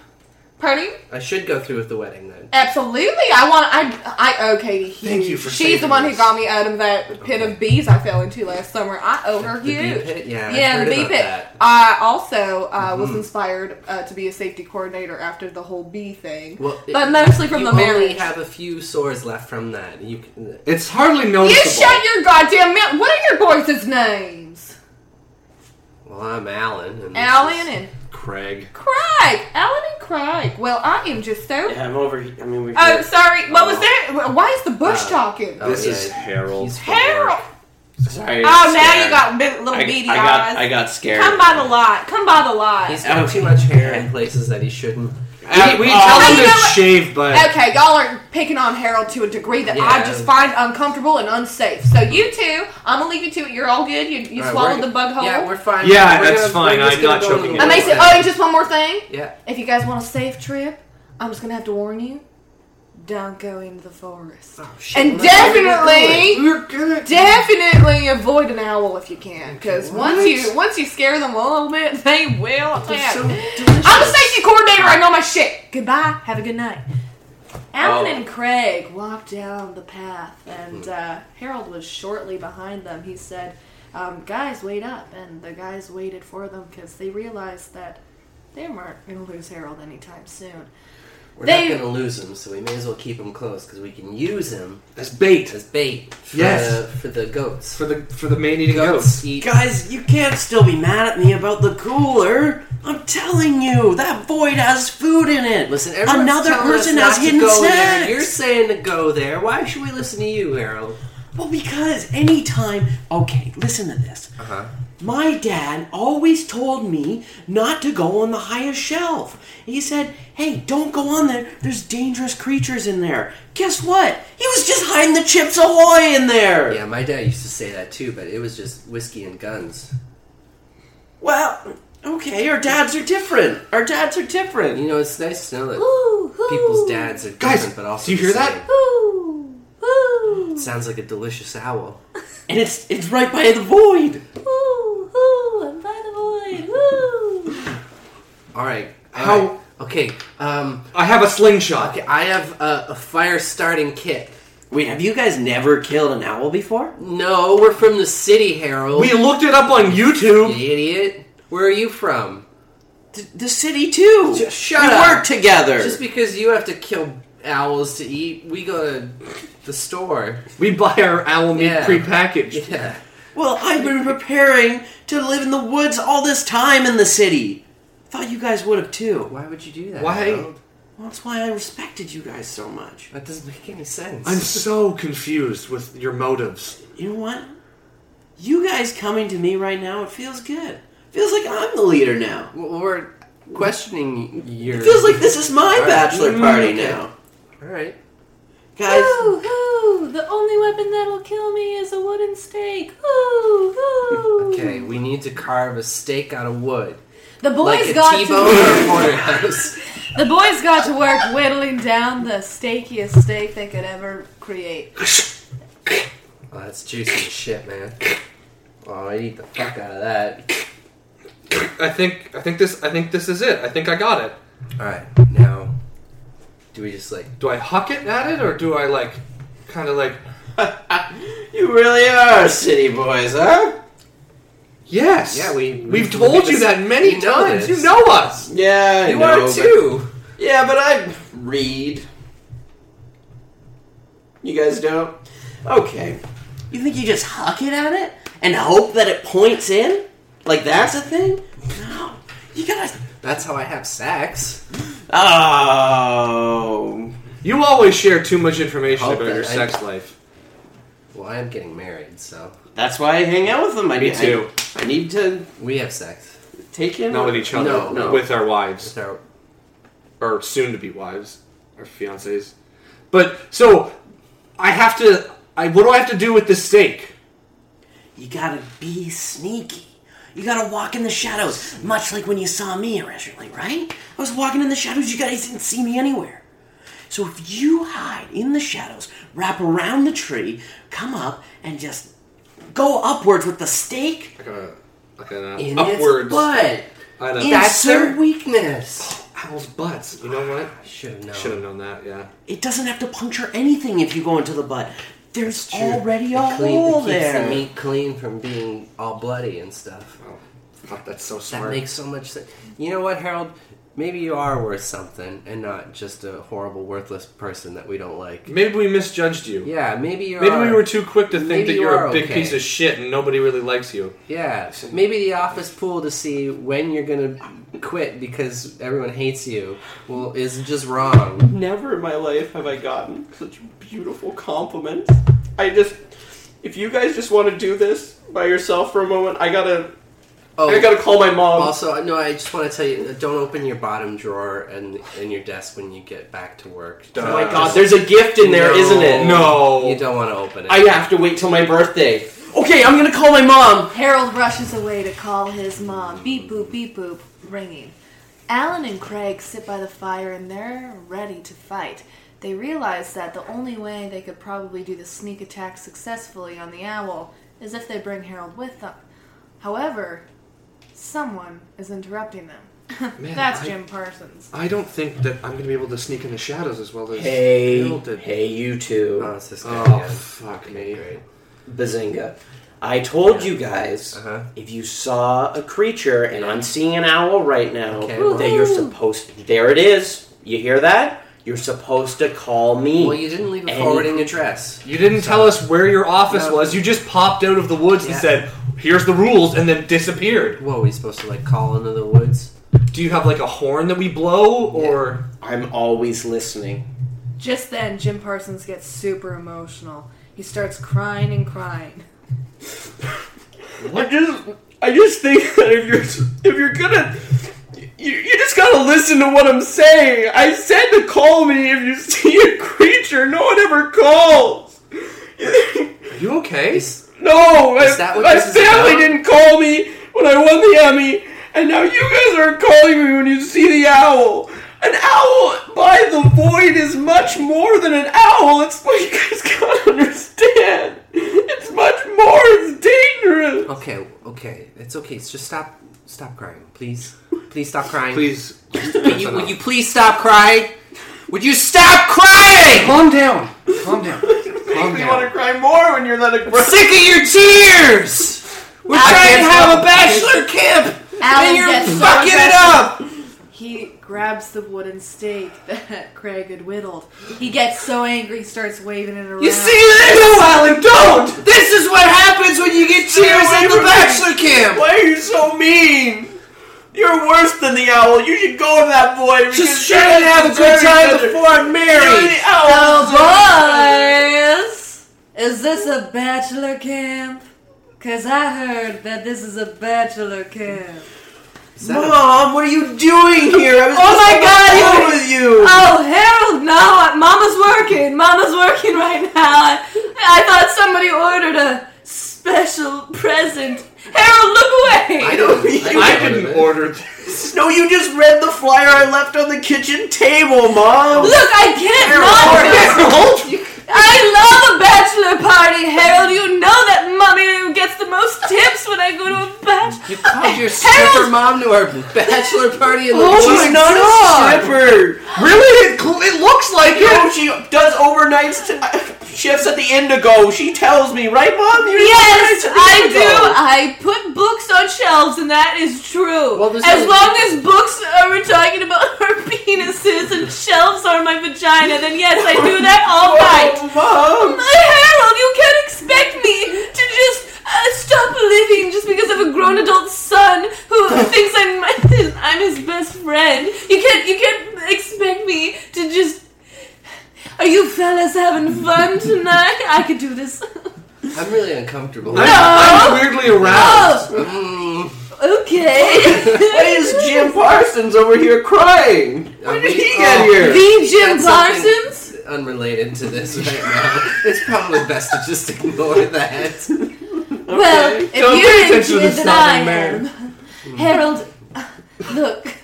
Pardon?
I should go through with the wedding then.
Absolutely. I want. I I owe Katie. Huge.
Thank you for
She's the
saving
one who
this.
got me out of that pit of bees I fell into last summer. I owe her
The bee
huge.
pit. Yeah. I
Yeah,
heard
the bee
about
pit.
That. Mm-hmm.
I also uh, was inspired uh, to be a safety coordinator after the whole bee thing,
Well, it-
but mostly from
you
the
only
marriage.
have a few sores left from that. You can,
It's hardly
you
noticeable.
shut your goddamn mouth! What are your boys' names?
well, I'm Alan. And this
Alan
is-
and
Craig.
Craig. Alan and Craig. Well, I am just so.
Yeah, I'm over. he- I mean, we're.
Oh, sorry. What was
Oh.
that? Why is the bush
Uh,
talking?
Oh,
This
yeah,
is Harold.
he's from
Harold.
work.
sorry,
Oh, now
scared.
you got bit, little
I,
beady
I got.
eyes.
I got scared.
Come by the lot. Come by the lot.
He's got too much hair in places that he shouldn't.
We, we
Uh,
tell
Hey,
him
you
to
know what?
shave, but
Okay, y'all are picking on Harold to a degree that I
Yeah.
just find uncomfortable and unsafe. So you two, I'm gonna leave you to it. You're all good. You, you
All right,
swallowed
we're-
the bug hole.
Yeah, we're fine.
Yeah,
We're
that's
gonna-
fine.
we're just
I'm
gonna
not
go to the
choking
and
wedding.
they said, oh, and just one more thing.
Yeah.
If you guys want a safe trip, I'm just gonna have to warn you. Don't go into the forest.
Oh, shit,
And
what the hell are you
definitely,
we're good.
definitely avoid an owl if you can, because once you once you scare them a little bit, [laughs] they will attack. I'm the safety coordinator. I know my shit. Goodbye. Have a good night. Alan
Oh.
and Craig walked down the path, and uh, Harold was shortly behind them. He said, um, "Guys, wait up!" And the guys waited for them because they realized that they weren't going to lose Harold anytime soon.
We're
They-
not gonna lose him, so we may as well keep him close because we can use him
That's bait
as bait. For
Yes.
the, for the goats.
for the for the man eating goats.
eat.
Guys, you can't still be mad at me about the cooler. I'm telling you, that void has food in it.
Listen, everyone's
Another
telling us
person
not
has
to
hidden
go there.
snacks.
You're saying to go there. Why should we listen to you, Harold?
Well, because anytime. Okay, listen to this.
Uh-huh.
My dad always told me not to go on the highest shelf. He said, hey, don't go on there. There's dangerous creatures in there. Guess what? He was just hiding the Chips Ahoy in there.
Yeah, my dad used to say that too, but it was just whiskey and guns.
Well, okay, our dads are different. Our dads are different.
You know, it's nice to know that
Ooh, ooh,
people's dads are
Guys,
different, but also
do you
the
hear
same.
that?
Ooh, ooh,
Sounds like a delicious owl.
And it's it's right by the void.
ooh, ooh! I'm by the void. Ooh.
All right. all
How-
right. Okay. Um.
I have a slingshot.
Okay. I have a, a fire starting kit.
Wait, have you guys never killed an owl before?
No, we're from the city, Harold.
We looked it up on
you
YouTube.
idiot. Where are you from?
Th- the city too.
J- shut
we
up.
work together.
Just because you have to kill owls to eat, we go to the store. [laughs]
We buy our owl meat
Yeah.
prepackaged.
Yeah.
well, I've been preparing to live in the woods all this time in the city. Thought you guys would have too.
Why would you do that?
Why?
Harold?
Well, that's why I respected you guys so much.
That doesn't make any sense.
I'm so confused with your motives.
You know what? You guys coming to me right now, it feels good. Feels like I'm the leader now.
Well, We're questioning your.
It feels like this is my
right.
bachelor party
Mm, okay.
now.
All right.
Guys,
Ooh, ooh, the only weapon that'll kill me is a wooden stake. Ooh, ooh.
Okay, we need to carve a steak out of wood,
The boys
like a [laughs]
got
T-bone or a porterhouse.
to. The boys got to work whittling down the steakiest steak they could ever create.
Oh, that's juicy as shit, man. Oh, I eat the fuck out of that.
I think I think this I think this is it. I think I got it.
All right, now, do we just like?
Do I huck it at it or do I like kind of like
You really are city boys, huh?
yes?
Yeah, we- we-
we've told you that many
we know
times.
this.
You know us.
Yeah, I
You
know,
are
but-
too.
Yeah, but I read. You guys don't? Okay. You think you just huck it at it and hope that it points in? Like that's a thing? No. You gotta.
That's how I have sex.
Oh.
You always share too much information
Hope
about
that
your
I-
sex life.
Well, I am getting married, so
That's why I hang out with them. I
Me
I-
too.
I, need to
we have sex.
take in.
Not with each other.
No, no.
With our wives.
So
or soon to be wives or fiancés. But so I have to. I what do I have to do with this steak?
You gotta be sneaky. You gotta walk in the shadows, much like when you saw me originally, right? I was walking in the shadows, you guys didn't see me anywhere. So if you hide in the shadows, wrap around the tree, come up, and just go upwards with the stake
Like a like an uh,
in
upwards.
its butt.
I don't know.
That's their weakness.
Owl's butts. You know what?
Should have known.
Should have known that. Yeah.
It doesn't have to puncture anything if you go into the butt. There's
True.
already a
It clean,
hole
it keeps
there.
the meat clean from being all bloody and stuff.
Oh, fuck, that's so
That
smart.
makes so much sense. You know what, Harold? Maybe you are worth something and not just a horrible, worthless person that we don't like.
Maybe we misjudged you.
Yeah, maybe you
Maybe
are.
we were too quick to think
Maybe
that
you
you're
are
a big
okay.
piece of shit and nobody really likes you.
Yeah, maybe the office pool to see when you're gonna quit because everyone hates you. Well, is just wrong.
Never in my life have I gotten such beautiful compliments. I just, if you guys just want to do this by yourself for a moment, I gotta,
Oh,
I gotta call my mom.
also, uh, no, I just want to tell you, uh, don't open your bottom drawer and in your desk when you get back to work.
oh my god, there's a gift in there,
No.
not it?
No.
You don't want to open it.
I have to wait till my birthday. Okay, I'm gonna call my mom.
Harold rushes away to call his mom. Beep boop, beep boop, ringing. Alan and Craig sit by the fire and they're ready to fight. They realize that the only way they could probably do the sneak attack successfully on the owl is if they bring Harold with them. However, someone is interrupting them. [laughs] That's
I-
Jim Parsons.
I don't think that I'm gonna be able to sneak into shadows as well as Harold did.
hey, you two,
Oh, it's this guy
Oh
again.
fuck
Okay,
me.
great.
Bazinga. I told you guys
Uh-huh.
if you saw a creature, and I'm seeing an owl right now,
Okay, well-
that you're supposed. There it is. You hear that? You're supposed to call me.
Well, you didn't leave a
Any-
forwarding address.
You didn't tell us where your office
No.
was. You just popped out of the woods and
Yeah.
said, "Here's the rules," and then disappeared.
What, were we supposed to, like, call into the woods?
Do you have like a horn that we blow, or
I'm always listening.
Just then, Jim Parsons gets super emotional. He starts crying and crying.
I just, I just think [laughs] that if you're, if you're gonna, you, you just gotta listen to what I'm saying. I said to call me if you [laughs] see a creature. No one ever calls.
are you okay?
No,
Is
my-
that what
my
this is
family
about?
didn't call me when I won the Emmy, and now you guys are calling me when you see the owl. An owl by the void is much more than an owl. It's what you guys gotta understand. It's much more. It's dangerous.
Okay, okay, it's okay. Just stop, stop crying, please. Please stop crying.
Please,
Would you, would you please stop crying? Would you stop crying?
Calm down. Calm down. Calm
You wanna
down.
cry more when you're not a
I'm sick of your tears. We're trying to
can't
have
stop
a bachelor camp,
Alan
and you're
gets so
fucking it
aggressive.
up.
He grabs the wooden stake that [laughs] Craig had whittled. He gets so angry, he starts waving it around.
You see this?
Alan, don't!
This is what happens when you get tears
away
at the
from me.
bachelor camp.
Why are you so mean? You're worse than the owl. You should go to that boy.
Just trying to have a good time before I'm married.
Oh, boys! Is this a bachelor camp? Cause I heard that this is a bachelor camp.
Mom, what are you doing here? I was
Oh my God,
just on the
you-
phone with you.
Oh, Harold, no! Mama's working! Mama's working right now! I, I thought somebody ordered a s- special present. Harold, look away!
I don't think you.
I didn't order this.
no, you just read the flyer I left on the kitchen table,
Oh. [laughs]
Mom.
Look, I can't not just. [laughs] I love a bachelor party, Harold. You know that mommy gets the most tips when I go to a bachelor.
You called your stripper mom to our bachelor party in the
Oh,
She's not a stripper.
Really? It, cl- it looks like
No, she does overnights to uh, shifts at the Indigo. She tells me, right, Mom? You
Yes,
do overnights at the
I do.
Indigo.
I put books on shelves, and that is true.
Well, there's
as
no-
long as books are we're talking about [laughs] her penises and shelves are my vagina, then yes, I do that all night.
Mom.
My Harold, you can't expect me to just uh, stop living just because I have a grown adult son who thinks I'm my, I'm his best friend. You can't you can't expect me to just. Are you fellas having fun tonight? I could do this.
I'm really uncomfortable. Mm.
I'm weirdly aroused.
Oh, okay.
Why is
[laughs]
Jim Parsons over here crying? When did he get here?
The Jim
That's something-
Parsons.
Unrelated to this right now. It's probably best to just ignore that.
Well, if
Don't pay
you're
attention
into
to
it,
the
then I
sobbing
am. [laughs] Harold, look,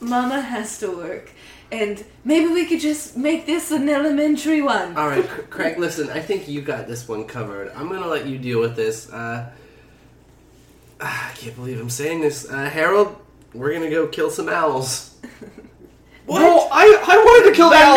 Mama has to work, and maybe we could just make this an elementary one.
All right, Cra- Craig. Listen, I think you got this one covered. I'm gonna let you deal with this. Uh, [sighs] ah, I can't believe I'm saying this, uh, Harold. We're gonna go kill some owls.
No, I, I wanted to kill that.
oh,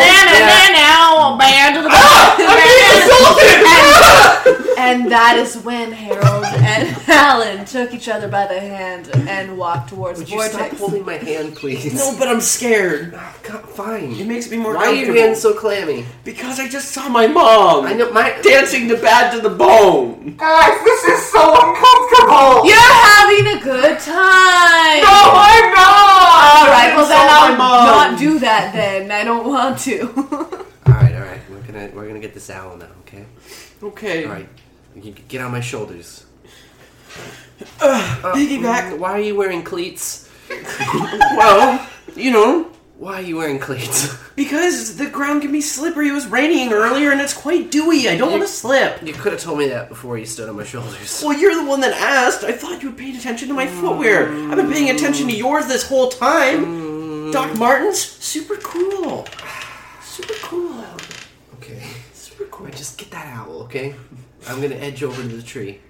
And that is when Harold and [laughs] Alan took each other by the hand and walked towards
Would
the
you stop
vortex.
holding my hand, please?
No, but I'm scared.
[laughs] Ah, God, fine.
It makes me more
Why are your
comfortable.
hands so clammy?
Because I just saw my mom
I know my.
dancing to Bad to the Bone.
Guys, this is so uncomfortable.
You're having a good time.
I'm not.
All right, well then I'll
mom.
not do that. Then I don't want
[laughs] Oh.
to.
All right, all right. We're gonna we're gonna get this owl now, okay?
Okay.
All right. You can get on my shoulders. Uh,
Piggyback.
Why are you wearing cleats?
[laughs] Well, you know,
Why are you wearing cleats?
because the ground can be slippery. It was raining earlier and it's quite dewy. I don't want to slip.
you could have told me that before you stood on my shoulders.
Well, you're the one that asked. I thought you paid attention to my footwear. I've been paying attention to yours this whole time. Doc Martens, super cool. Super cool.
Okay.
Super cool.
Wait, just get that owl, okay? I'm gonna edge over to the tree.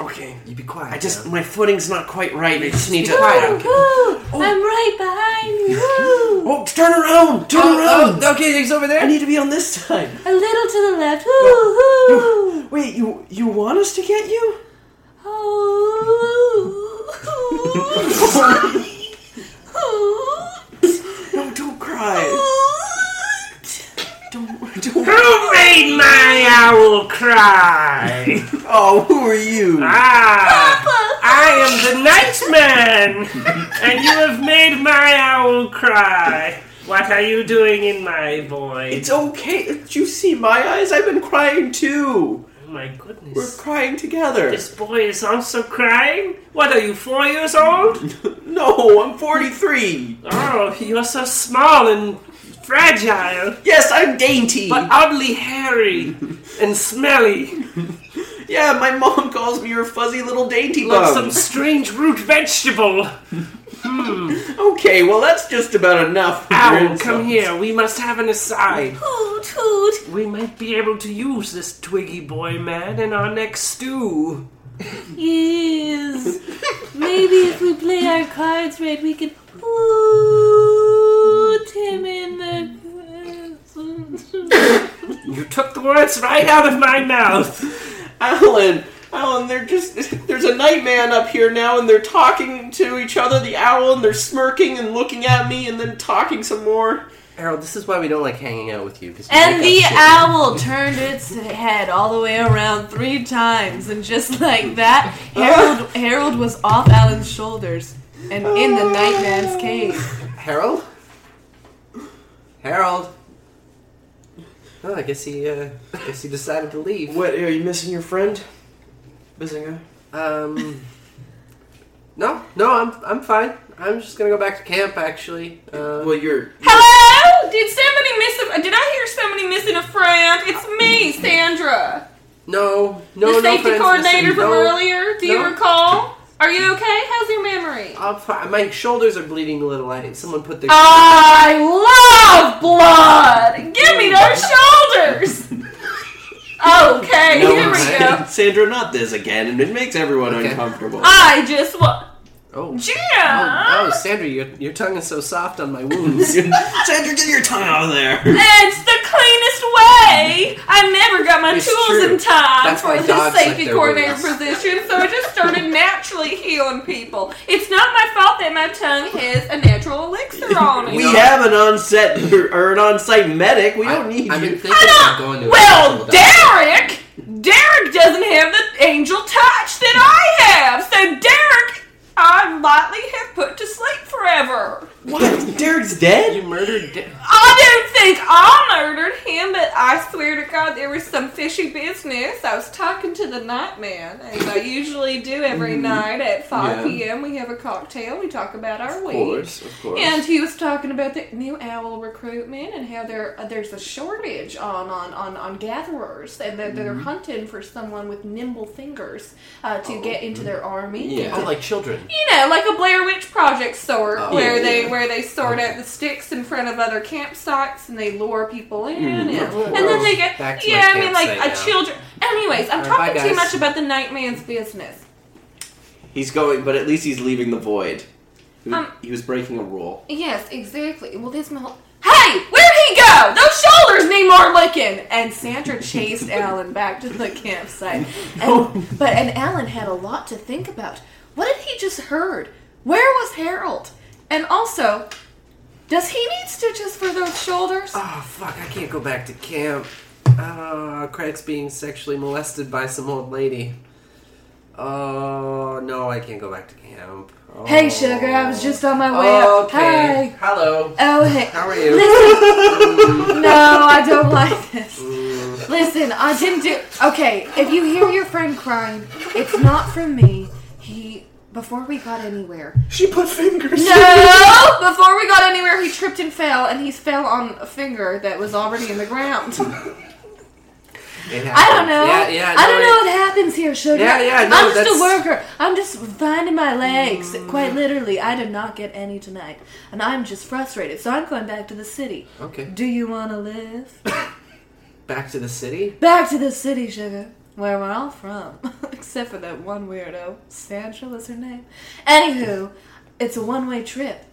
Okay.
You be quiet.
I just,
now.
my footing's not quite right. I just need to.
Woo, I'm right behind
[laughs]
you.
Oh, turn around! Turn
Oh,
around!
oh, okay, he's over
I
there.
need to be on this side.
A little to the left. Woo, woo.
Wait, you you want us to get you?
Oh.
No, don't cry. Don't [laughs] don't.
Who made my owl cry?
[laughs] Oh, who are you?
Ah, I am the Nightman, and you have made my owl cry. What are you doing in my void?
It's okay. Did you see my eyes? I've been crying too.
Oh my
We're
goodness.
crying together.
This boy is also crying? What are you, four years old?
No, I'm 43.
Oh, you're so small and fragile,
Yes, I'm dainty.
but oddly hairy and smelly,
yeah, my mom calls me her fuzzy little dainty
like
bum.
some strange root vegetable.
Okay, well that's just about enough. for your
Owl,
insults.
come here. We must have an aside.
Toot, toot.
We might be able to use this Twiggy Boy man in our next stew.
Yes. [laughs] Maybe if we play our cards right, we can put him in the. [laughs]
You took the words right out of my mouth.
Alan, Alan, they're just there's a nightman up here now, and they're talking to each other, the owl, and they're smirking and looking at me, and then talking some more.
Harold, this is why we don't like hanging out with you. 'cause you
And the
make up shit.
owl turned its head all the way around three times, and just like
[laughs]
that, Harold Harold was off Alan's shoulders and in the nightman's cave.
Harold. Harold. Oh, I guess he. Uh, I guess he decided to leave.
What are you missing, your friend? Bazinga.
Um. No, no, I'm I'm fine. I'm just gonna go back to camp. Actually, uh,
Well, you're
Hello? Did somebody miss a? Did I hear somebody missing a friend? It's me, Sandra.
No, no,
the
no
safety
offense,
coordinator
Missy,
from
no.
earlier. Do you
No.
recall? Are you okay? How's your memory?
I'm fi- my shoulders are bleeding a little. I someone put their
Uh, I love blood. Give me those
[laughs]
shoulders. Okay,
No,
here we go.
[laughs] Sandra, not this again, and it makes everyone
Okay.
uncomfortable.
I just want
Oh.
Jim.
Oh, oh, Sandra, your, your tongue is so soft on my
[laughs]
wounds.
Sandra, get your tongue out of there.
That's the cleanest way. I never got my
It's
tools
true.
in time
That's
for
why
the
dogs like
safety
their
coordinator
wounds.
position, so
[laughs]
I just started naturally healing people. It's not my fault that my tongue has a natural
[laughs]
elixir on it.
We have an on-set or an on-site medic. We don't need
I've
you.
been thinking
I [laughs]
about
don't-
going to a
well,
hospital doctor.
Derek, Derek doesn't have the angel touch that I have, so Derek, I lightly have put to sleep forever.
What? Derek's dead?
You murdered. De-
I don't think I murdered him, but I swear to God, there was some fishy business. I was talking to the night man, as I usually do every night at 5
Mm-hmm. Yeah.
p.m. We have a cocktail, we talk about our
Of
week.
course, of course.
And he was talking about the new owl recruitment and how there uh, there's a shortage on on, on, on gatherers and that they're
Mm-hmm.
hunting for someone with nimble fingers uh, to get into their army.
Oh, mm-hmm. Yeah.
oh, like children.
You know, like a Blair Witch Project sort,
Oh,
where
yeah,
they
yeah.
where they sort out the sticks in front of other campsites and they lure people in, and,
of
and then
course.
they get
Mm-hmm. Back to my
yeah. I mean, like
campsite
a
now.
children. Anyways,
All right,
I'm talking
bye,
too
guys.
much about the nightman's business.
He's going, but at least he's leaving the void. He was,
Um,
he was breaking a rule.
Yes, exactly. Well, this my whole. Hey, where'd he go? Those shoulders need more licking. And Sandra
[laughs]
chased Alan back to the campsite. And, But and Alan had a lot to think about. What had he just heard? Where was Harold? And also, does he need stitches for those shoulders?
Oh fuck! I can't go back to camp. Uh, Craig's being sexually molested by some old lady. Oh no, I can't go back to camp. Oh.
Hey, sugar, I was just on my way up.
Okay.
Hey.
Hello.
Oh, hey.
How are you? [laughs]
Listen, no, I don't like this.
Mm.
Listen, I didn't do. Okay, if you hear your friend crying, it's not from me. He before we got anywhere.
She put fingers.
No, before we got anywhere, he tripped and fell, and he fell on a finger that was already in the ground.
It
[laughs] I don't
happened.
know.
Yeah, yeah.
I don't
no,
know what happens here, sugar.
Yeah, yeah, no,
I'm just a
that's- Mm.
worker. I'm just finding my legs. Quite literally, I did not get any tonight, and I'm just frustrated. So I'm going back to the city.
it- Okay.
Do you want to live?
Back to the city.
Back to the city, sugar, where we're all from. [laughs] Except for that one weirdo. Sandra was her name. Anywho, it's a one way trip.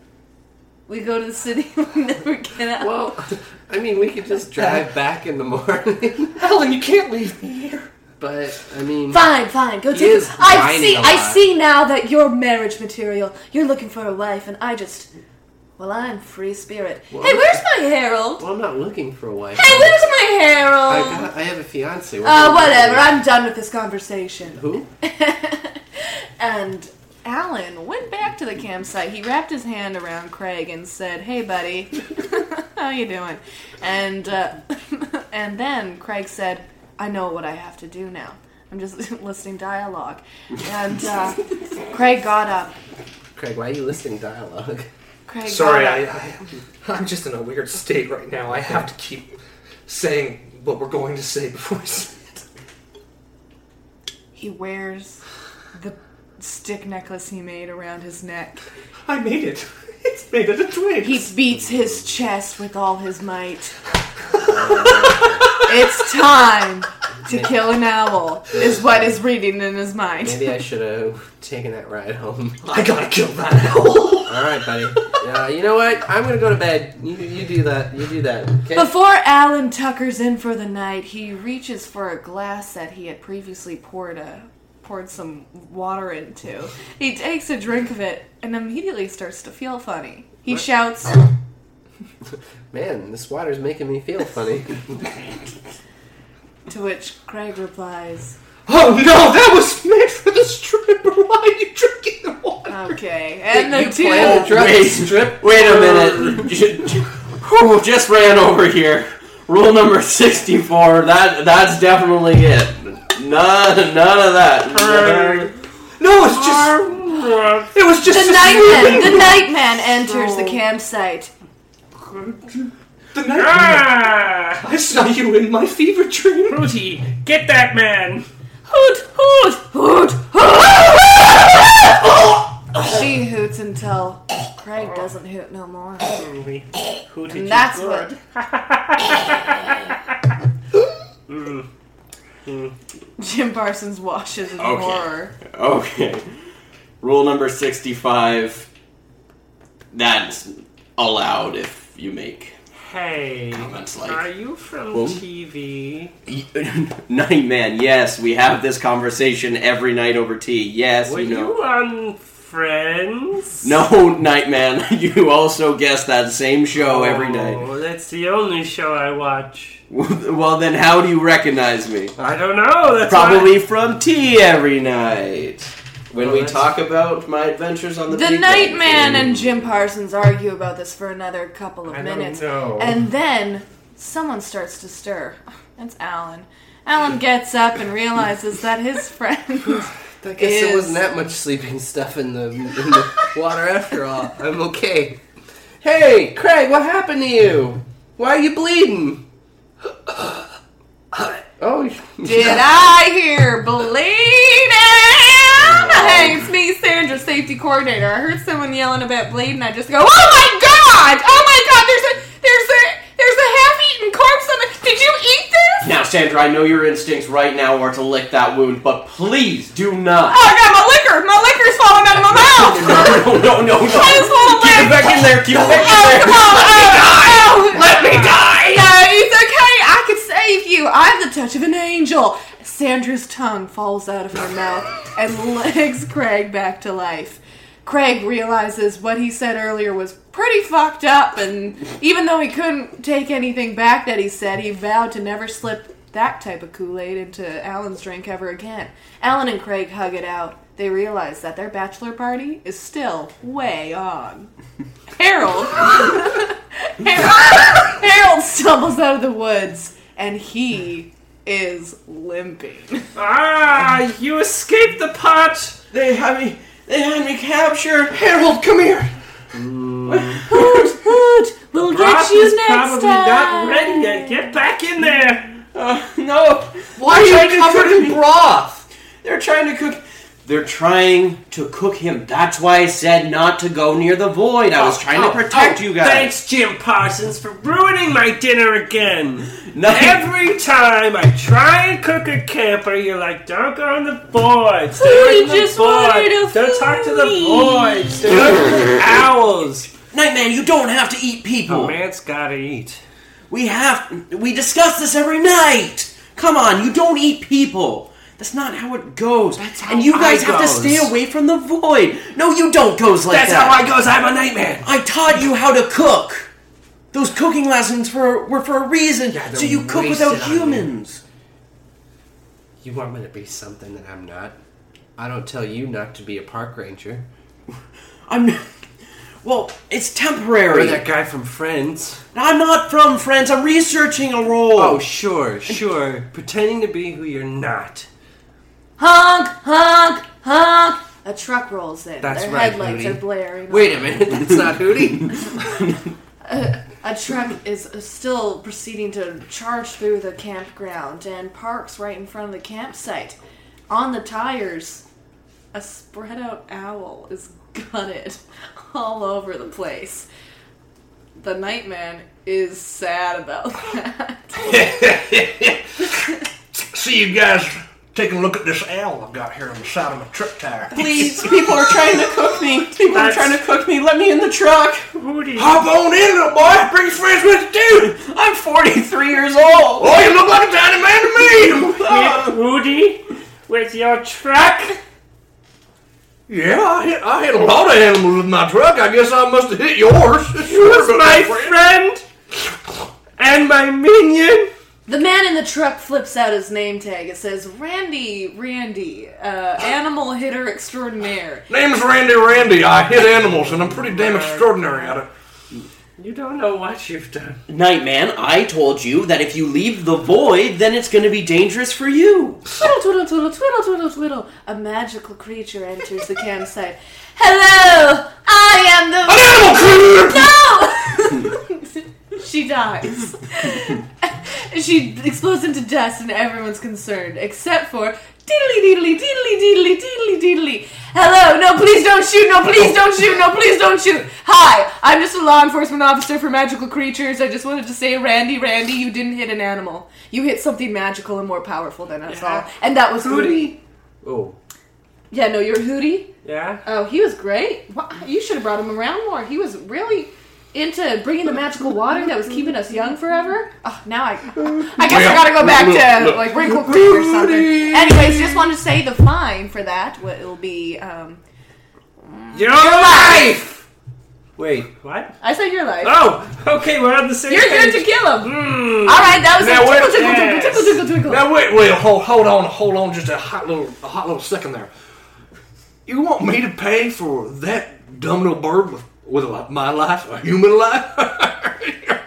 We go to the city, [laughs] we never get out.
Well, [laughs] I mean, we could just drive back in the [laughs] morning.
Helen, you can't leave me here.
But I mean,
fine, fine, go
He
take
is
I
whining
see,
a
I
lot.
see now that you're marriage material. You're looking for a wife, and I just. Well, I'm free spirit. hey, where's my Harold?
well, I'm not looking for a wife.
Hey, where's my
I,
Harold?
got, I have a fiance. We're
Oh,
gonna-
whatever. I'm done with this conversation.
Who?
[laughs] and Alan went back to the campsite. He wrapped his hand around Craig and said, "Hey, buddy, [laughs] how you doing?" And uh, [laughs] and then Craig said, "I know what I have to do now. I'm just [laughs] listening dialogue." And
[laughs]
uh, Craig got up.
Craig, why are you listening dialogue?
Craig
Sorry,
Oh,
got
I,
up.
I, I'm just in a weird state right now. I have to keep saying what we're going to say before I say it.
He wears the stick necklace he made around his neck.
I made it. It's made out of twigs.
He beats his chest with all his might. it's time to kill an owl, is what is reading in his mind.
Maybe I should have taken that ride home. [laughs]
I gotta kill that
[laughs]
owl.
All right, buddy. Uh, you know what? I'm gonna go to bed. You, you do that. You do that. Okay.
Before Alan Tucker's in for the night, he reaches for a glass that he had previously poured a poured some water into. He takes a drink of it and immediately starts to feel funny. He shouts,
Man, this water's making me feel [laughs] funny.
to which Craig replies,
Oh no, that was meant for the stripper. [laughs] Why are you drinking the water?
"Okay." And the
you
two
planned to drive
wait.
strip.
Wait a minute. [laughs] Who just ran over here? Rule number sixty-four. That that's definitely it. None none of that.
No, it's just. It was just
The
a
nightman,
[laughs]
the
Oh.
nightman enters the campsite.
The nightmare.
Ah,
I
saw you in my fever dream.
Fruity, get that man!
Hoot, hoot, hoot,
She hoots until Craig doesn't hoot no more.
Who did
And that's
[laughs]
what.
Mm.
Jim Parsons washes in
Okay.
horror.
Okay. Rule number 65. That's allowed if you make
Hey,
comments
are
like.
you from
Well-
TV?
[laughs] Night Man, yes, we have this conversation every night over tea. Yes,
Were
you know.
you on Friends?
[laughs] No, Nightman, [laughs] you also guess that same show every night.
Oh, that's the only show I watch.
[laughs] Well, then how do you recognize me?
I don't know. That's
Probably from tea every night. When
Well,
we
that's-
talk about my adventures on the
The
Big
Night
Bang
Man
Theory.
and Jim Parsons argue about this for another couple of
Why I
minutes.
don't know.
And then someone starts to stir. [sighs] It's Alan. Alan gets up and realizes that his
[laughs]
friend.
I guess
Is-
there wasn't that much sleeping stuff in the, in the water after all. I'm okay. Hey, Craig, what happened to you? Why are you [coughs] bleeding? [laughs] oh,
Did I hear bleeding? Hey, it's me, Sandra, safety coordinator. I heard someone yelling about bleeding. I just go, oh my god! Oh my god! There's a there's a there's a half-eaten corpse on the. Did you eat this?
Now, Sandra, I know your instincts right now are to lick that wound, but please do not.
Oh
[laughs]
my god! My liquor! My liquor's falling out of
[laughs]
my mouth!
No, no, no, no.
[laughs] I just want to
Keep it
lick.
back in there. Keep it back
Oh,
in
come on!
there.
Oh, oh.
Let me die.
No, it's okay. I could save you. I have the touch of an angel. Sandra's tongue falls out of her mouth and [laughs] legs Craig back to life. Craig realizes what he said earlier was pretty fucked up, and even though he couldn't take anything back that he said, he vowed to never slip that type of Kool Aid into Alan's drink ever again. Alan and Craig hug it out. They realize that their bachelor party is still way on. [laughs] Harold. Harold, Harold stumbles out of the woods and he is limping.
Ah, you escaped the pot.
They had me. They had me captured. Harold, come here.
Hoot, hoot, we'll
Broth is probably not ready yet. Get back in there.
Uh, no.
why
They're
are
trying to
you covered
cook
in
me.
broth?
They're trying to cook. They're trying to cook him. That's why I said not to go near the void. I was trying to protect you guys.
Thanks, Jim Parsons, for ruining my dinner again.
Nothing.
Every time I try and cook a camper, you're like, don't go on the board. Stay
Who
away from
just
the
wanted
board.
to
Don't talk to the
fool me?"
board. Stay away from
[laughs]
the owls.
Nightman, you don't have to eat
A
people.
man's gotta eat.
We have. We discuss this every night. Come on, you don't eat people. That's not how it goes. That's how and you guys
I
have to
goes.
stay away from the void. No, you don't goes like
That's
that.
how I goes. I'm a nightman.
I taught you how to cook. Those cooking lessons for, were for a reason, so you cook
wasted
without
on you.
humans.
You want me to be something that I'm not? I don't tell you not to be a park ranger.
I'm. [laughs] Well, it's temporary.
Or that guy from Friends.
I'm not from Friends. I'm researching a role.
Oh, sure, sure. Pretending to be who you're not.
Honk, honk, honk. A truck rolls in.
That's
Their
right,
headlights
Hootie.
are blaring.
Wait a
[laughs]
minute, that's not Hootie.
A truck is still proceeding to charge through the campground and parks right in front of the campsite. On the tires, a spread out owl is gutted [laughs] all over the place. The Nightman is sad about [laughs] that.
See you guys taking a look at this owl I've got here on the side of my truck tire.
Please, people are trying to cook me. People
That's-
are trying to cook me. Let me in the truck.
Hootie.
Hop on in, little boy. Bring your friends with you, too.
I'm 43 years old.
Oh, you look like a tiny man [laughs] to me.
Yeah, Hootie, with your
[laughs]
truck.
Yeah, I hit, I hit a lot of animals with my truck. I guess I must have hit yours. [laughs]
was my friend and my minion.
the man in the truck flips out his name tag. It says Randy, Randy, uh, animal hitter extraordinaire.
Name's Randy Randy. I hit animals, and I'm pretty damn extraordinary at it.
You don't know what you've done.
Nightman, I told you that if you leave the void, then it's going to be dangerous for you.
Twiddle, twiddle, twiddle, twiddle, twiddle, twiddle. A magical creature enters the campsite. Hello, I am the. [laughs]
Animal creature!
No! she dies. She explodes into dust, and everyone's concerned, except for diddly diddly diddly diddly diddly diddly. Hello, no, please don't shoot, no, please don't shoot, no, please don't shoot. Hi, I'm just a law enforcement officer for magical creatures. I just wanted to say, Randy, Randy, you didn't hit an animal. You hit something magical and more powerful than us all. And that was Hootie.
Oh,
Yeah, no, you're Hootie.
Yeah?
Oh, he was great. Wha- You should have brought him around more. He was really into bringing the magical water that was keeping us young forever. Oh, now I, I guess I gotta go back to like wrinkle creek or something. Anyways, just wanted to say the fine for that what will be. Um,
Your life!
wait.
What?
I said your life.
Oh, okay, we're on the same
You're
page.
good to kill him.
Hmm.
All right, that was
Now
a
wait-
tickle, tickle, tickle,
yes.
tickle, tickle, tickle.
Now wait, wait, hold, hold on, hold on, just a hot little, a hot little second there. You want me to pay for that domino bird with, with a, my life, a human life?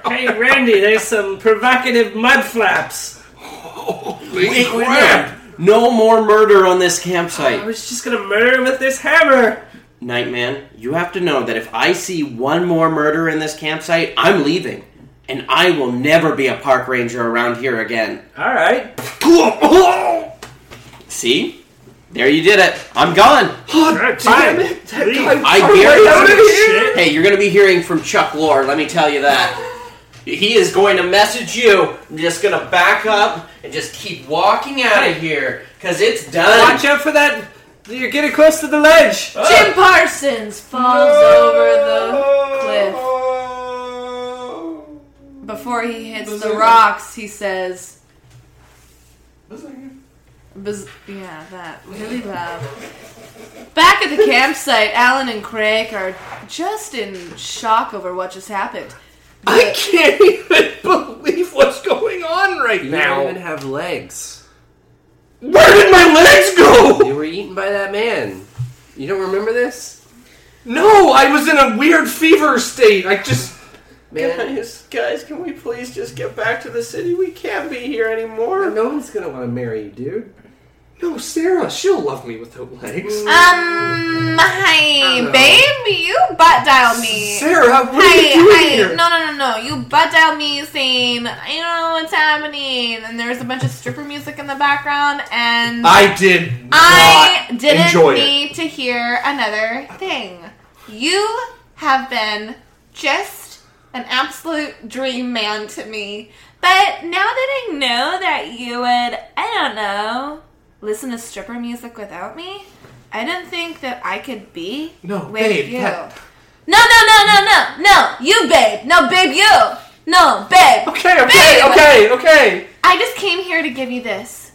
Hey, Randy, there's some provocative mud flaps.
Holy
Wait, wait,
crap!
No more murder on this campsite.
I was just gonna murder him with this hammer.
Nightman, you have to know that if I see one more murder in this campsite, I'm leaving. And I will never be a park ranger around here again.
All right.
See? There you did it. I'm gone.
All
[laughs]
right, fine. Leave.
I
out of
guarantee.
here.
Hey, you're going to be hearing from Chuck Lore, let me tell you that. He is going to message you. I'm just going to back up and just keep walking out of here because it's done.
Watch out for that. You're getting close to the ledge.
Jim Parsons falls over the cliff. Before he hits the rocks, he says, Baz- yeah, that really loud. Back at the campsite, Alan and Craig are just in shock over what just happened.
I can't even believe [laughs] what's going on right
You don't even
now.
have legs.
Where did my legs go?
You were eaten by that man. You don't remember this?
No, I was in a weird fever state. I just.
Man,
Guys, guys, can we please just get back to the city? We can't be here anymore.
no one's gonna want to marry you, dude.
No, Sarah, she'll love me with her
Mm.
legs.
Um, hi,
Hello.
babe, you butt dialed me.
Sarah, what are
Hi,
you doing
hi,
here?
no, no, no, no. You butt dialed me saying, I don't know what's happening. And there was a bunch of stripper music in the background, and
I did.
I
not
didn't
enjoy it.
need to hear another thing. You have been just an absolute dream man to me. But now that I know that you would, I don't know, listen to stripper music without me, I didn't think that I could be
No,
with
babe,
you.
that-
No, no, no, no, no, no, you, babe. No, babe, you. No, babe.
Okay, okay,
Babe.
okay, okay.
I just came here to give you this.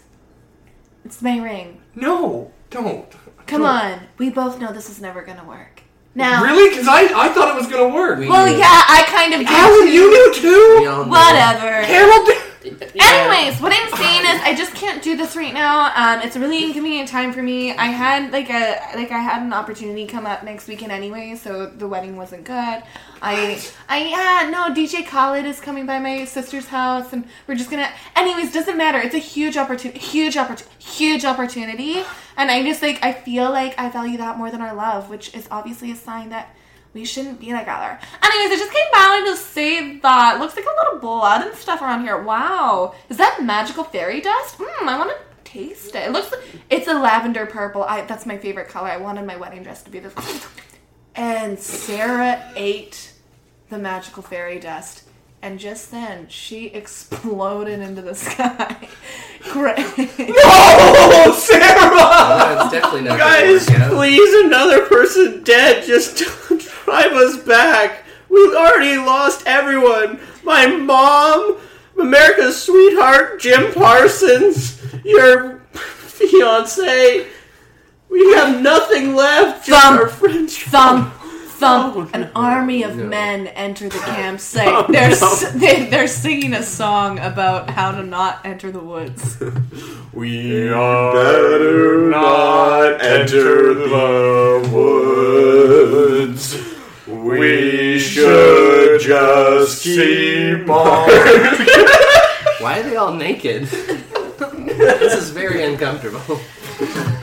It's my ring.
No, don't.
Come on, we both know this is never gonna work. Now,
Really? Because I, I thought it was going to work.
We
well,
knew.
yeah, I kind of did
Alan,
too.
you knew
We
too?
all know.
Whatever.
Harold did-
Anyways, what I'm saying is, I just can't do this right now. Um, it's a really inconvenient time for me. I had like a like I had an opportunity come up next weekend anyway, so the wedding wasn't good. I I yeah no DJ Khaled is coming by my sister's house, and we're just gonna. Anyways, doesn't matter. It's a huge opportunity, huge opportunity, huge opportunity, and I just like I feel like I value that more than our love, which is obviously a sign that we shouldn't be together. Anyways, I just came by to say that. Looks like a little blood and stuff around here. Wow. Is that magical fairy dust? Mmm, I want to taste it. It looks it's a lavender purple. I that's my favorite color. I wanted my wedding dress to be this. [laughs]
And Sarah ate the magical fairy dust. And just then,
[laughs]
she exploded into the sky. Craig.
Oh, Sarah!
No, it's definitely not
Guys,
gonna work out.
please, another person dead. Just [laughs] drive us back. We already lost everyone. My mom, America's sweetheart, Jim Parsons, your fiance. We have nothing left. Just
Thump.
our friendship.
thump, thump.
Oh,
an army of
No.
men enter the campsite. they're s- they, they're singing a song about how to not enter the woods.
We are better not enter the woods. We should just keep on.
Why are they all naked?
[laughs]
this is very uncomfortable.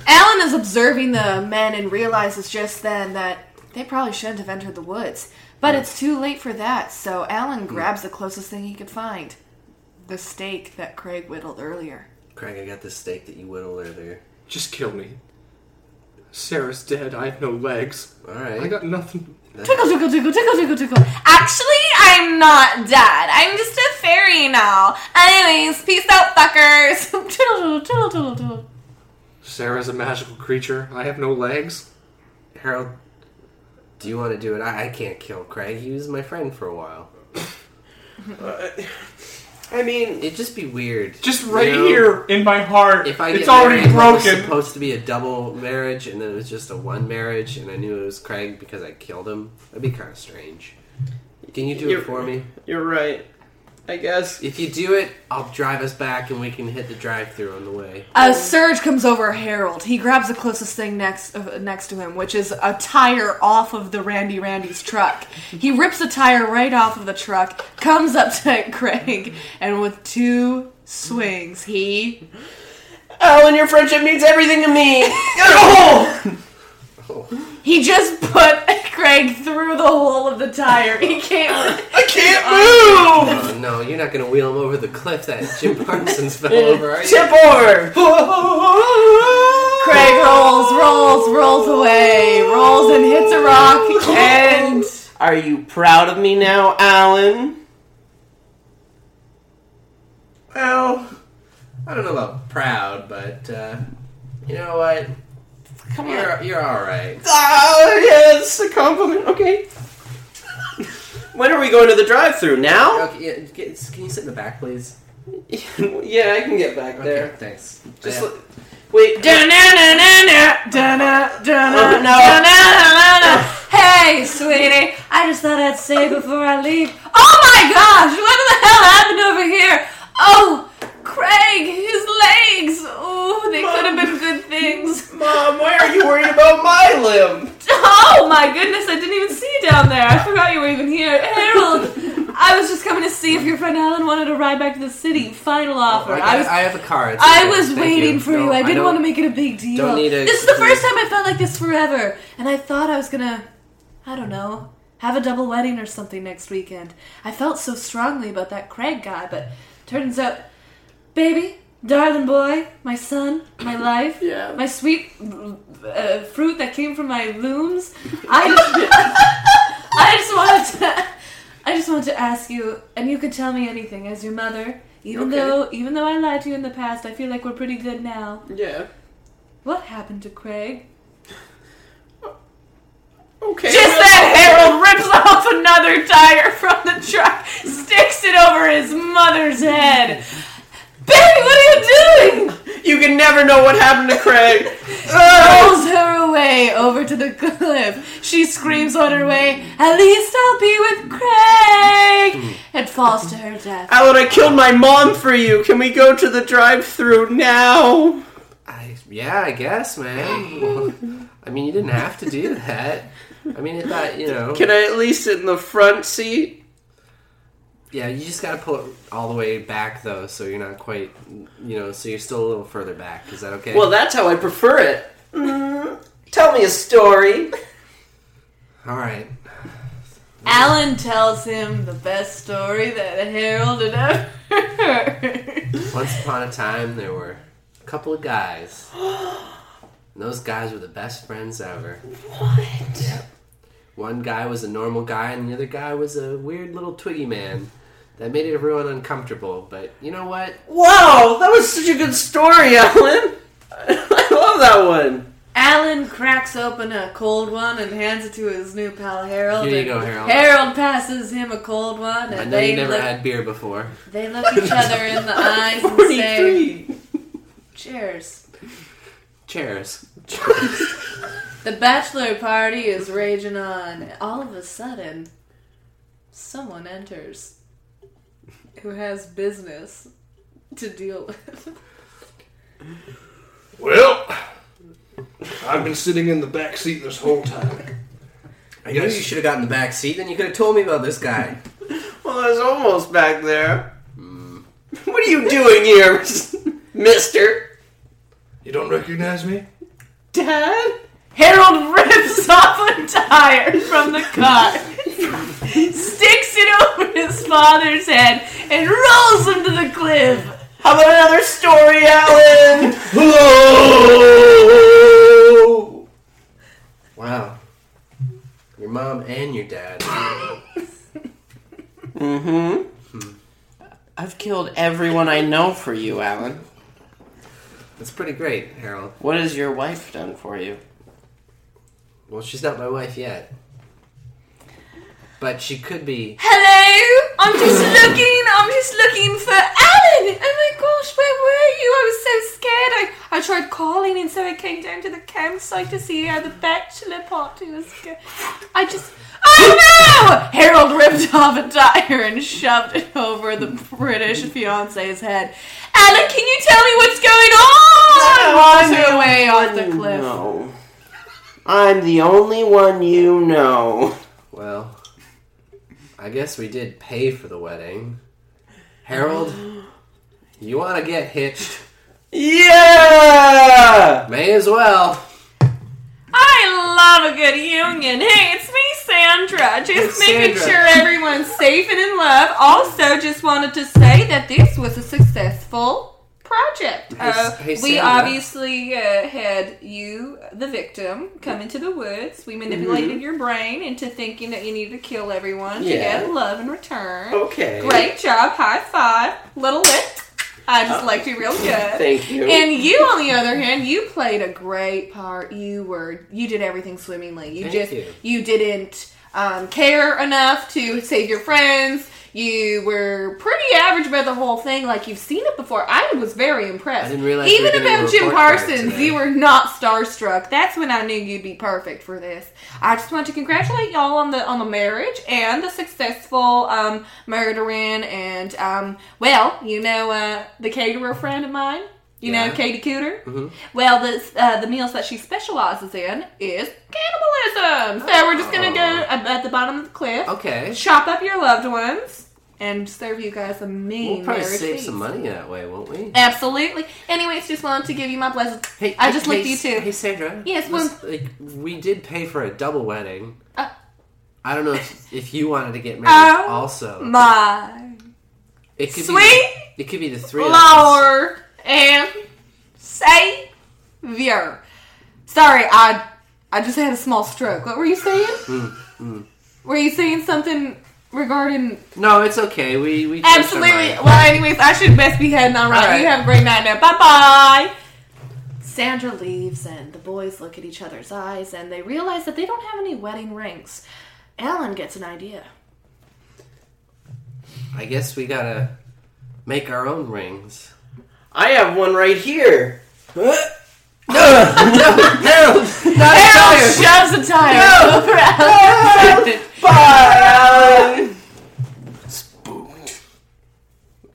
Alan is observing the men and realizes just then that they probably shouldn't have entered the woods. But it's too late for that, so Alan grabs the closest thing he could find the steak that Craig whittled earlier.
Craig, I got this steak that you whittled earlier.
Just kill me. Sarah's dead. I have no legs.
All
I
right.
got nothing.
Tickle, tickle, tickle, tickle, tickle, tickle. Actually, I'm not dead. I'm just a fairy now. Anyways, peace out, fuckers. [laughs] Tiddle, tiddle, tiddle, tiddle, tiddle.
Sarah's a magical creature. I have no legs.
Harold, do you want to do it? I, I can't kill Craig. He was my friend for a
[laughs]
while.
I mean,
It'd just be weird.
Just right
You know,
here in my heart.
If I
it's
get
already
married, it was
broken.
supposed to be a double marriage, and then it was just a one marriage, and I knew it was Craig because I killed him. That'd be kind of strange. Can you do
You're-
it for me?
you're right. I guess.
If you do it, I'll drive us back, and we can hit the drive-through on the way.
A surge comes over Harold. He grabs the closest thing next uh, next to him, which is a tire off of the Randy Randy's
[laughs]
truck. He rips the tire right off of the truck, comes up to [laughs] Craig, and with two swings, he
Alan, Oh, your friendship means everything to me.
[laughs] he just put Craig through the hole of the tire. He can't.
[laughs] I can't move.
Oh, no, you're not gonna wheel him over the cliff that
[laughs]
Jim Parsons fell over, are you?
Tip over.
Craig rolls, rolls, rolls away, rolls and hits a rock, and
Are you proud of me now, Alan?
Well, I don't know about proud, but uh, you know what? Come you're, on, you're all right.
Ah, yes, a compliment. Okay. [laughs] when are we going to the drive-through now?
Okay, yeah, get- can you sit in the back, please?
[laughs] yeah, I can get back there.
Okay, thanks.
Just
Yeah.
l- wait. Uh,
Da-na-na-na-na, da-na-na-na,
no.
da-na-na-na.
Hey, sweetie, I just thought I'd say before I leave. Oh my gosh, what the hell happened over here? Oh, Craig, his legs. Oh, they could have been good things.
Mom, why are you worried about my limb?
Oh my goodness, I didn't even see you down there. I forgot you were even here. Harold, I was just coming to see if your friend Alan wanted a ride back to the city. Final offer.
Oh, I,
I was
I have a car. It's
I
okay.
was
Thank
waiting for
No,
you. I didn't
don't-
want to make it a big deal.
don't need a-
this is the first time I felt like this forever, and I thought I was gonna, I don't know, have a double wedding or something next weekend. I felt so strongly about that Craig guy, but turns out, baby, darling boy, my son, my life,
Yeah.
my sweet uh, fruit that came from my looms.
[laughs]
I just, [laughs] I just wanted to. I just wanted to ask you, and you could tell me anything as your mother. Even
Okay.
though, even though I lied to you in the past, I feel like we're pretty good now.
Yeah.
What happened to Craig?
Okay.
Just then, Harold rips off another tire from the truck, sticks it over his mother's head.
Baby, what are you doing?
You can never know what happened to Craig.
Rolls her away over to the cliff. She screams on her way, At least I'll be with Craig! And falls to her death.
Alan, I killed my mom for you. Can we go to the drive-through now?
I, yeah, I guess, man. I mean, you didn't have to do that. I mean, it thought you know.
Can I at least sit in the front seat?
Yeah, you just gotta pull it all the way back though, so you're not quite, you know, so you're still a little further back. Is that okay?
Well, that's how I prefer it. Mm, tell me a story.
[laughs] all right.
Alan tells him the best story that Harold had ever heard.
Once upon a time, there were a couple of
[gasps]
guys. And those guys were the best friends ever. What? Yep. One guy was a normal guy, and the other guy was a weird little twiggy man. That made everyone uncomfortable, but you know what?
Wow, that was such a good story, Alan. I love that one.
Alan cracks open a cold one and hands it to his new pal Harold.
Here you
and
go, Harold.
Harold passes him a cold one, and
I know
they
you never
look,
had beer before.
they look each other
[laughs]
in the eyes and say,
Forty-three.
"Cheers."
Cheers.
The bachelor party is raging on. All of a sudden, someone enters who has business to deal with.
Well, I've been sitting in the back seat this whole time.
I knew you should have gotten the back seat, then you could have told me about this guy.
Well, I was almost back there. Hmm. [laughs] What are you doing here, [laughs] Mister
You don't recognize me?
Dad?
Harold rips off a tire from the car, sticks it over his father's head, and rolls him to the cliff.
How about another story, Alan?
Wow. Your mom and your dad.
mm-hmm. I've killed everyone I know for you, Alan.
That's pretty great, Harold.
What has your wife done for you?
Well, she's not my wife yet. But she could be.
Hello, I'm just looking. I'm just looking for Alan. Oh my gosh, where were you? I was so scared. I, I tried calling, and so I came down to the campsite to see how the bachelor party was going. I just. Oh no! Harold ripped off a tire and shoved it over the British fiance's head. Alan, can you tell me what's going on? On their way off the cliff.
No. I'm the only one you know.
Well, I guess we did pay for the wedding. Harold, you want to get hitched?
Yeah!
May as well.
I love a good union. Hey, it's me, Sandra. Just
Hey,
making
Sandra.
sure everyone's safe and in love. Also, just wanted to say that this was a successful project. uh,
hey,
we
Sandra.
obviously uh, had you, the victim, come into the woods. We manipulated
Mm-hmm.
your brain into thinking that you needed to kill everyone to
Yeah.
get love in return.
Okay.
Great job. High five. Little lip. I
Uh,
just liked you real
[laughs]
good.
Thank you.
And you, on the other hand, you played a great part. You were you did everything swimmingly. You
Thank
just
you.
didn't um, care enough to save your friends. You were pretty average about the whole thing. Like you've seen it before. I was very impressed.
I didn't realize we were
even
getting a
about Jim
report card
Parsons,
today.
you were not starstruck. That's when I knew you'd be perfect for this. I just want to congratulate y'all on the on the marriage and the successful um, murdering and um, well, you know uh, the caterer friend of mine. You
Yeah.
know Katie Cooter.
Mhm.
Well, the uh, the meals that she specializes in is cannibalism. So we're just gonna go
Oh.
at at the bottom of the cliff,
Okay.
chop up your loved ones, and serve you guys a mean.
We'll probably
marriage
save
feast.
some money that way, won't we?
Absolutely. Anyways, just wanted to give you my blessings. I just looked at you too.
Hey, Sandra.
Yes,
This- like we did pay for a double wedding.
Uh.
I don't know if, if you wanted to get married.
Oh,
also,
My
it could
sweet
Be, it could be the three of us.
Lord and Savior. Sorry, I I just had a small stroke. What were you saying?
Mm,
Were you saying something regarding?
No, it's okay. We we changed our
Absolutely.
mind.
Well, anyways, I should best be heading on right.
All right.
You have a great night now. Bye bye. Sandra leaves, and the boys look at each other's eyes, and they realize that they don't have any wedding rings. Alan gets an idea.
I guess we gotta make our own rings.
I have one right here.
Harold shoves a tire over
[laughs]
Alan.
Bye! Spooked.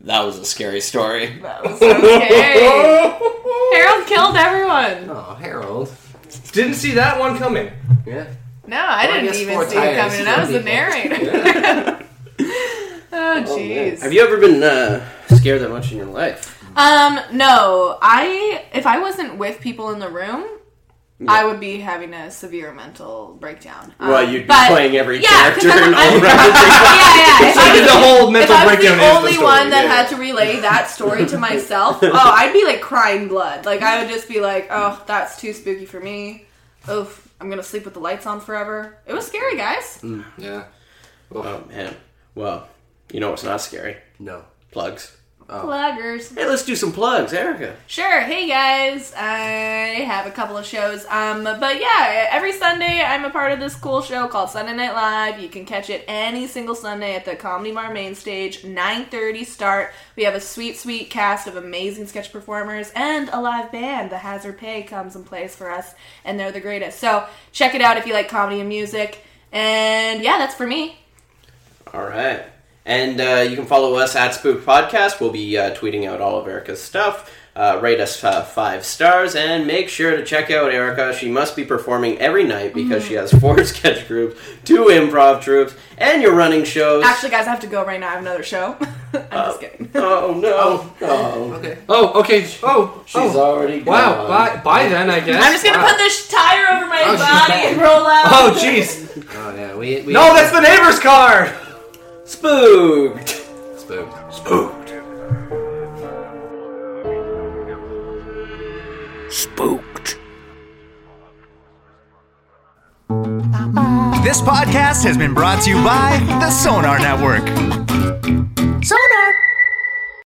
That was a scary story.
That was
[laughs]
okay. Harold killed everyone.
Oh, Harold.
Didn't see that one coming.
Yeah.
No, I
Well, I
didn't
guess
even
four
see it
tires,
coming. I
four
was the
people.
narrator. [laughs] oh jeez.
Have you ever been uh, scared that much in your life?
Um, no, I if I wasn't with people in the room, I would be having a severe mental breakdown. Um,
well, you'd be
but-
playing every
yeah, 'cause
character
I'm- [laughs]
and all
I'm-
[laughs] around.
yeah, yeah. If I
Like,
was,
the whole
if
mental
I was
breakdown
the only
is the
one that
yeah.
had to relay that story to
[laughs]
myself, oh, I'd be like crying blood. Like I would just be like, oh, that's too spooky for me. Oof, I'm gonna sleep with the lights on forever. It was scary, guys.
Mm. Yeah.
Oh, man. Well, you know what's not scary?
No.
Plugs.
Oh.
Pluggers.
Hey, let's do some plugs, Erica.
Sure. Hey guys, I have a couple of shows. Um, but yeah, every Sunday I'm a part of this cool show called Sunday Night Live. You can catch it any single Sunday at the Comedy Bar main stage, 9:30 start. We have a sweet, sweet cast of amazing sketch performers and a live band. The Hazard Pay comes and plays for us, and they're the greatest. So check it out if you like comedy and music. And yeah, that's for me.
All right. And uh, you can follow us at Spook Podcast. We'll be uh, tweeting out all of Erica's stuff. Uh, rate us uh, five stars and make sure to check out Erica. She must be performing every night because she has four [laughs] sketch groups, two improv troops, and you're running shows.
Actually, guys, I have to go right now. I have another show. [laughs] I'm just kidding.
oh no! Oh,
Okay.
Oh, okay. Oh,
she's
oh.
already
Wow.
gone.
By, by then, I guess.
I'm just gonna
Wow.
put this tire over my
Oh, she's
body
back.
and roll out.
Oh, jeez.
Oh yeah. we, we
No, that's the neighbor's card.
Spooked.
Spooked.
This podcast has been brought to you by the Sonar Network. Sonar!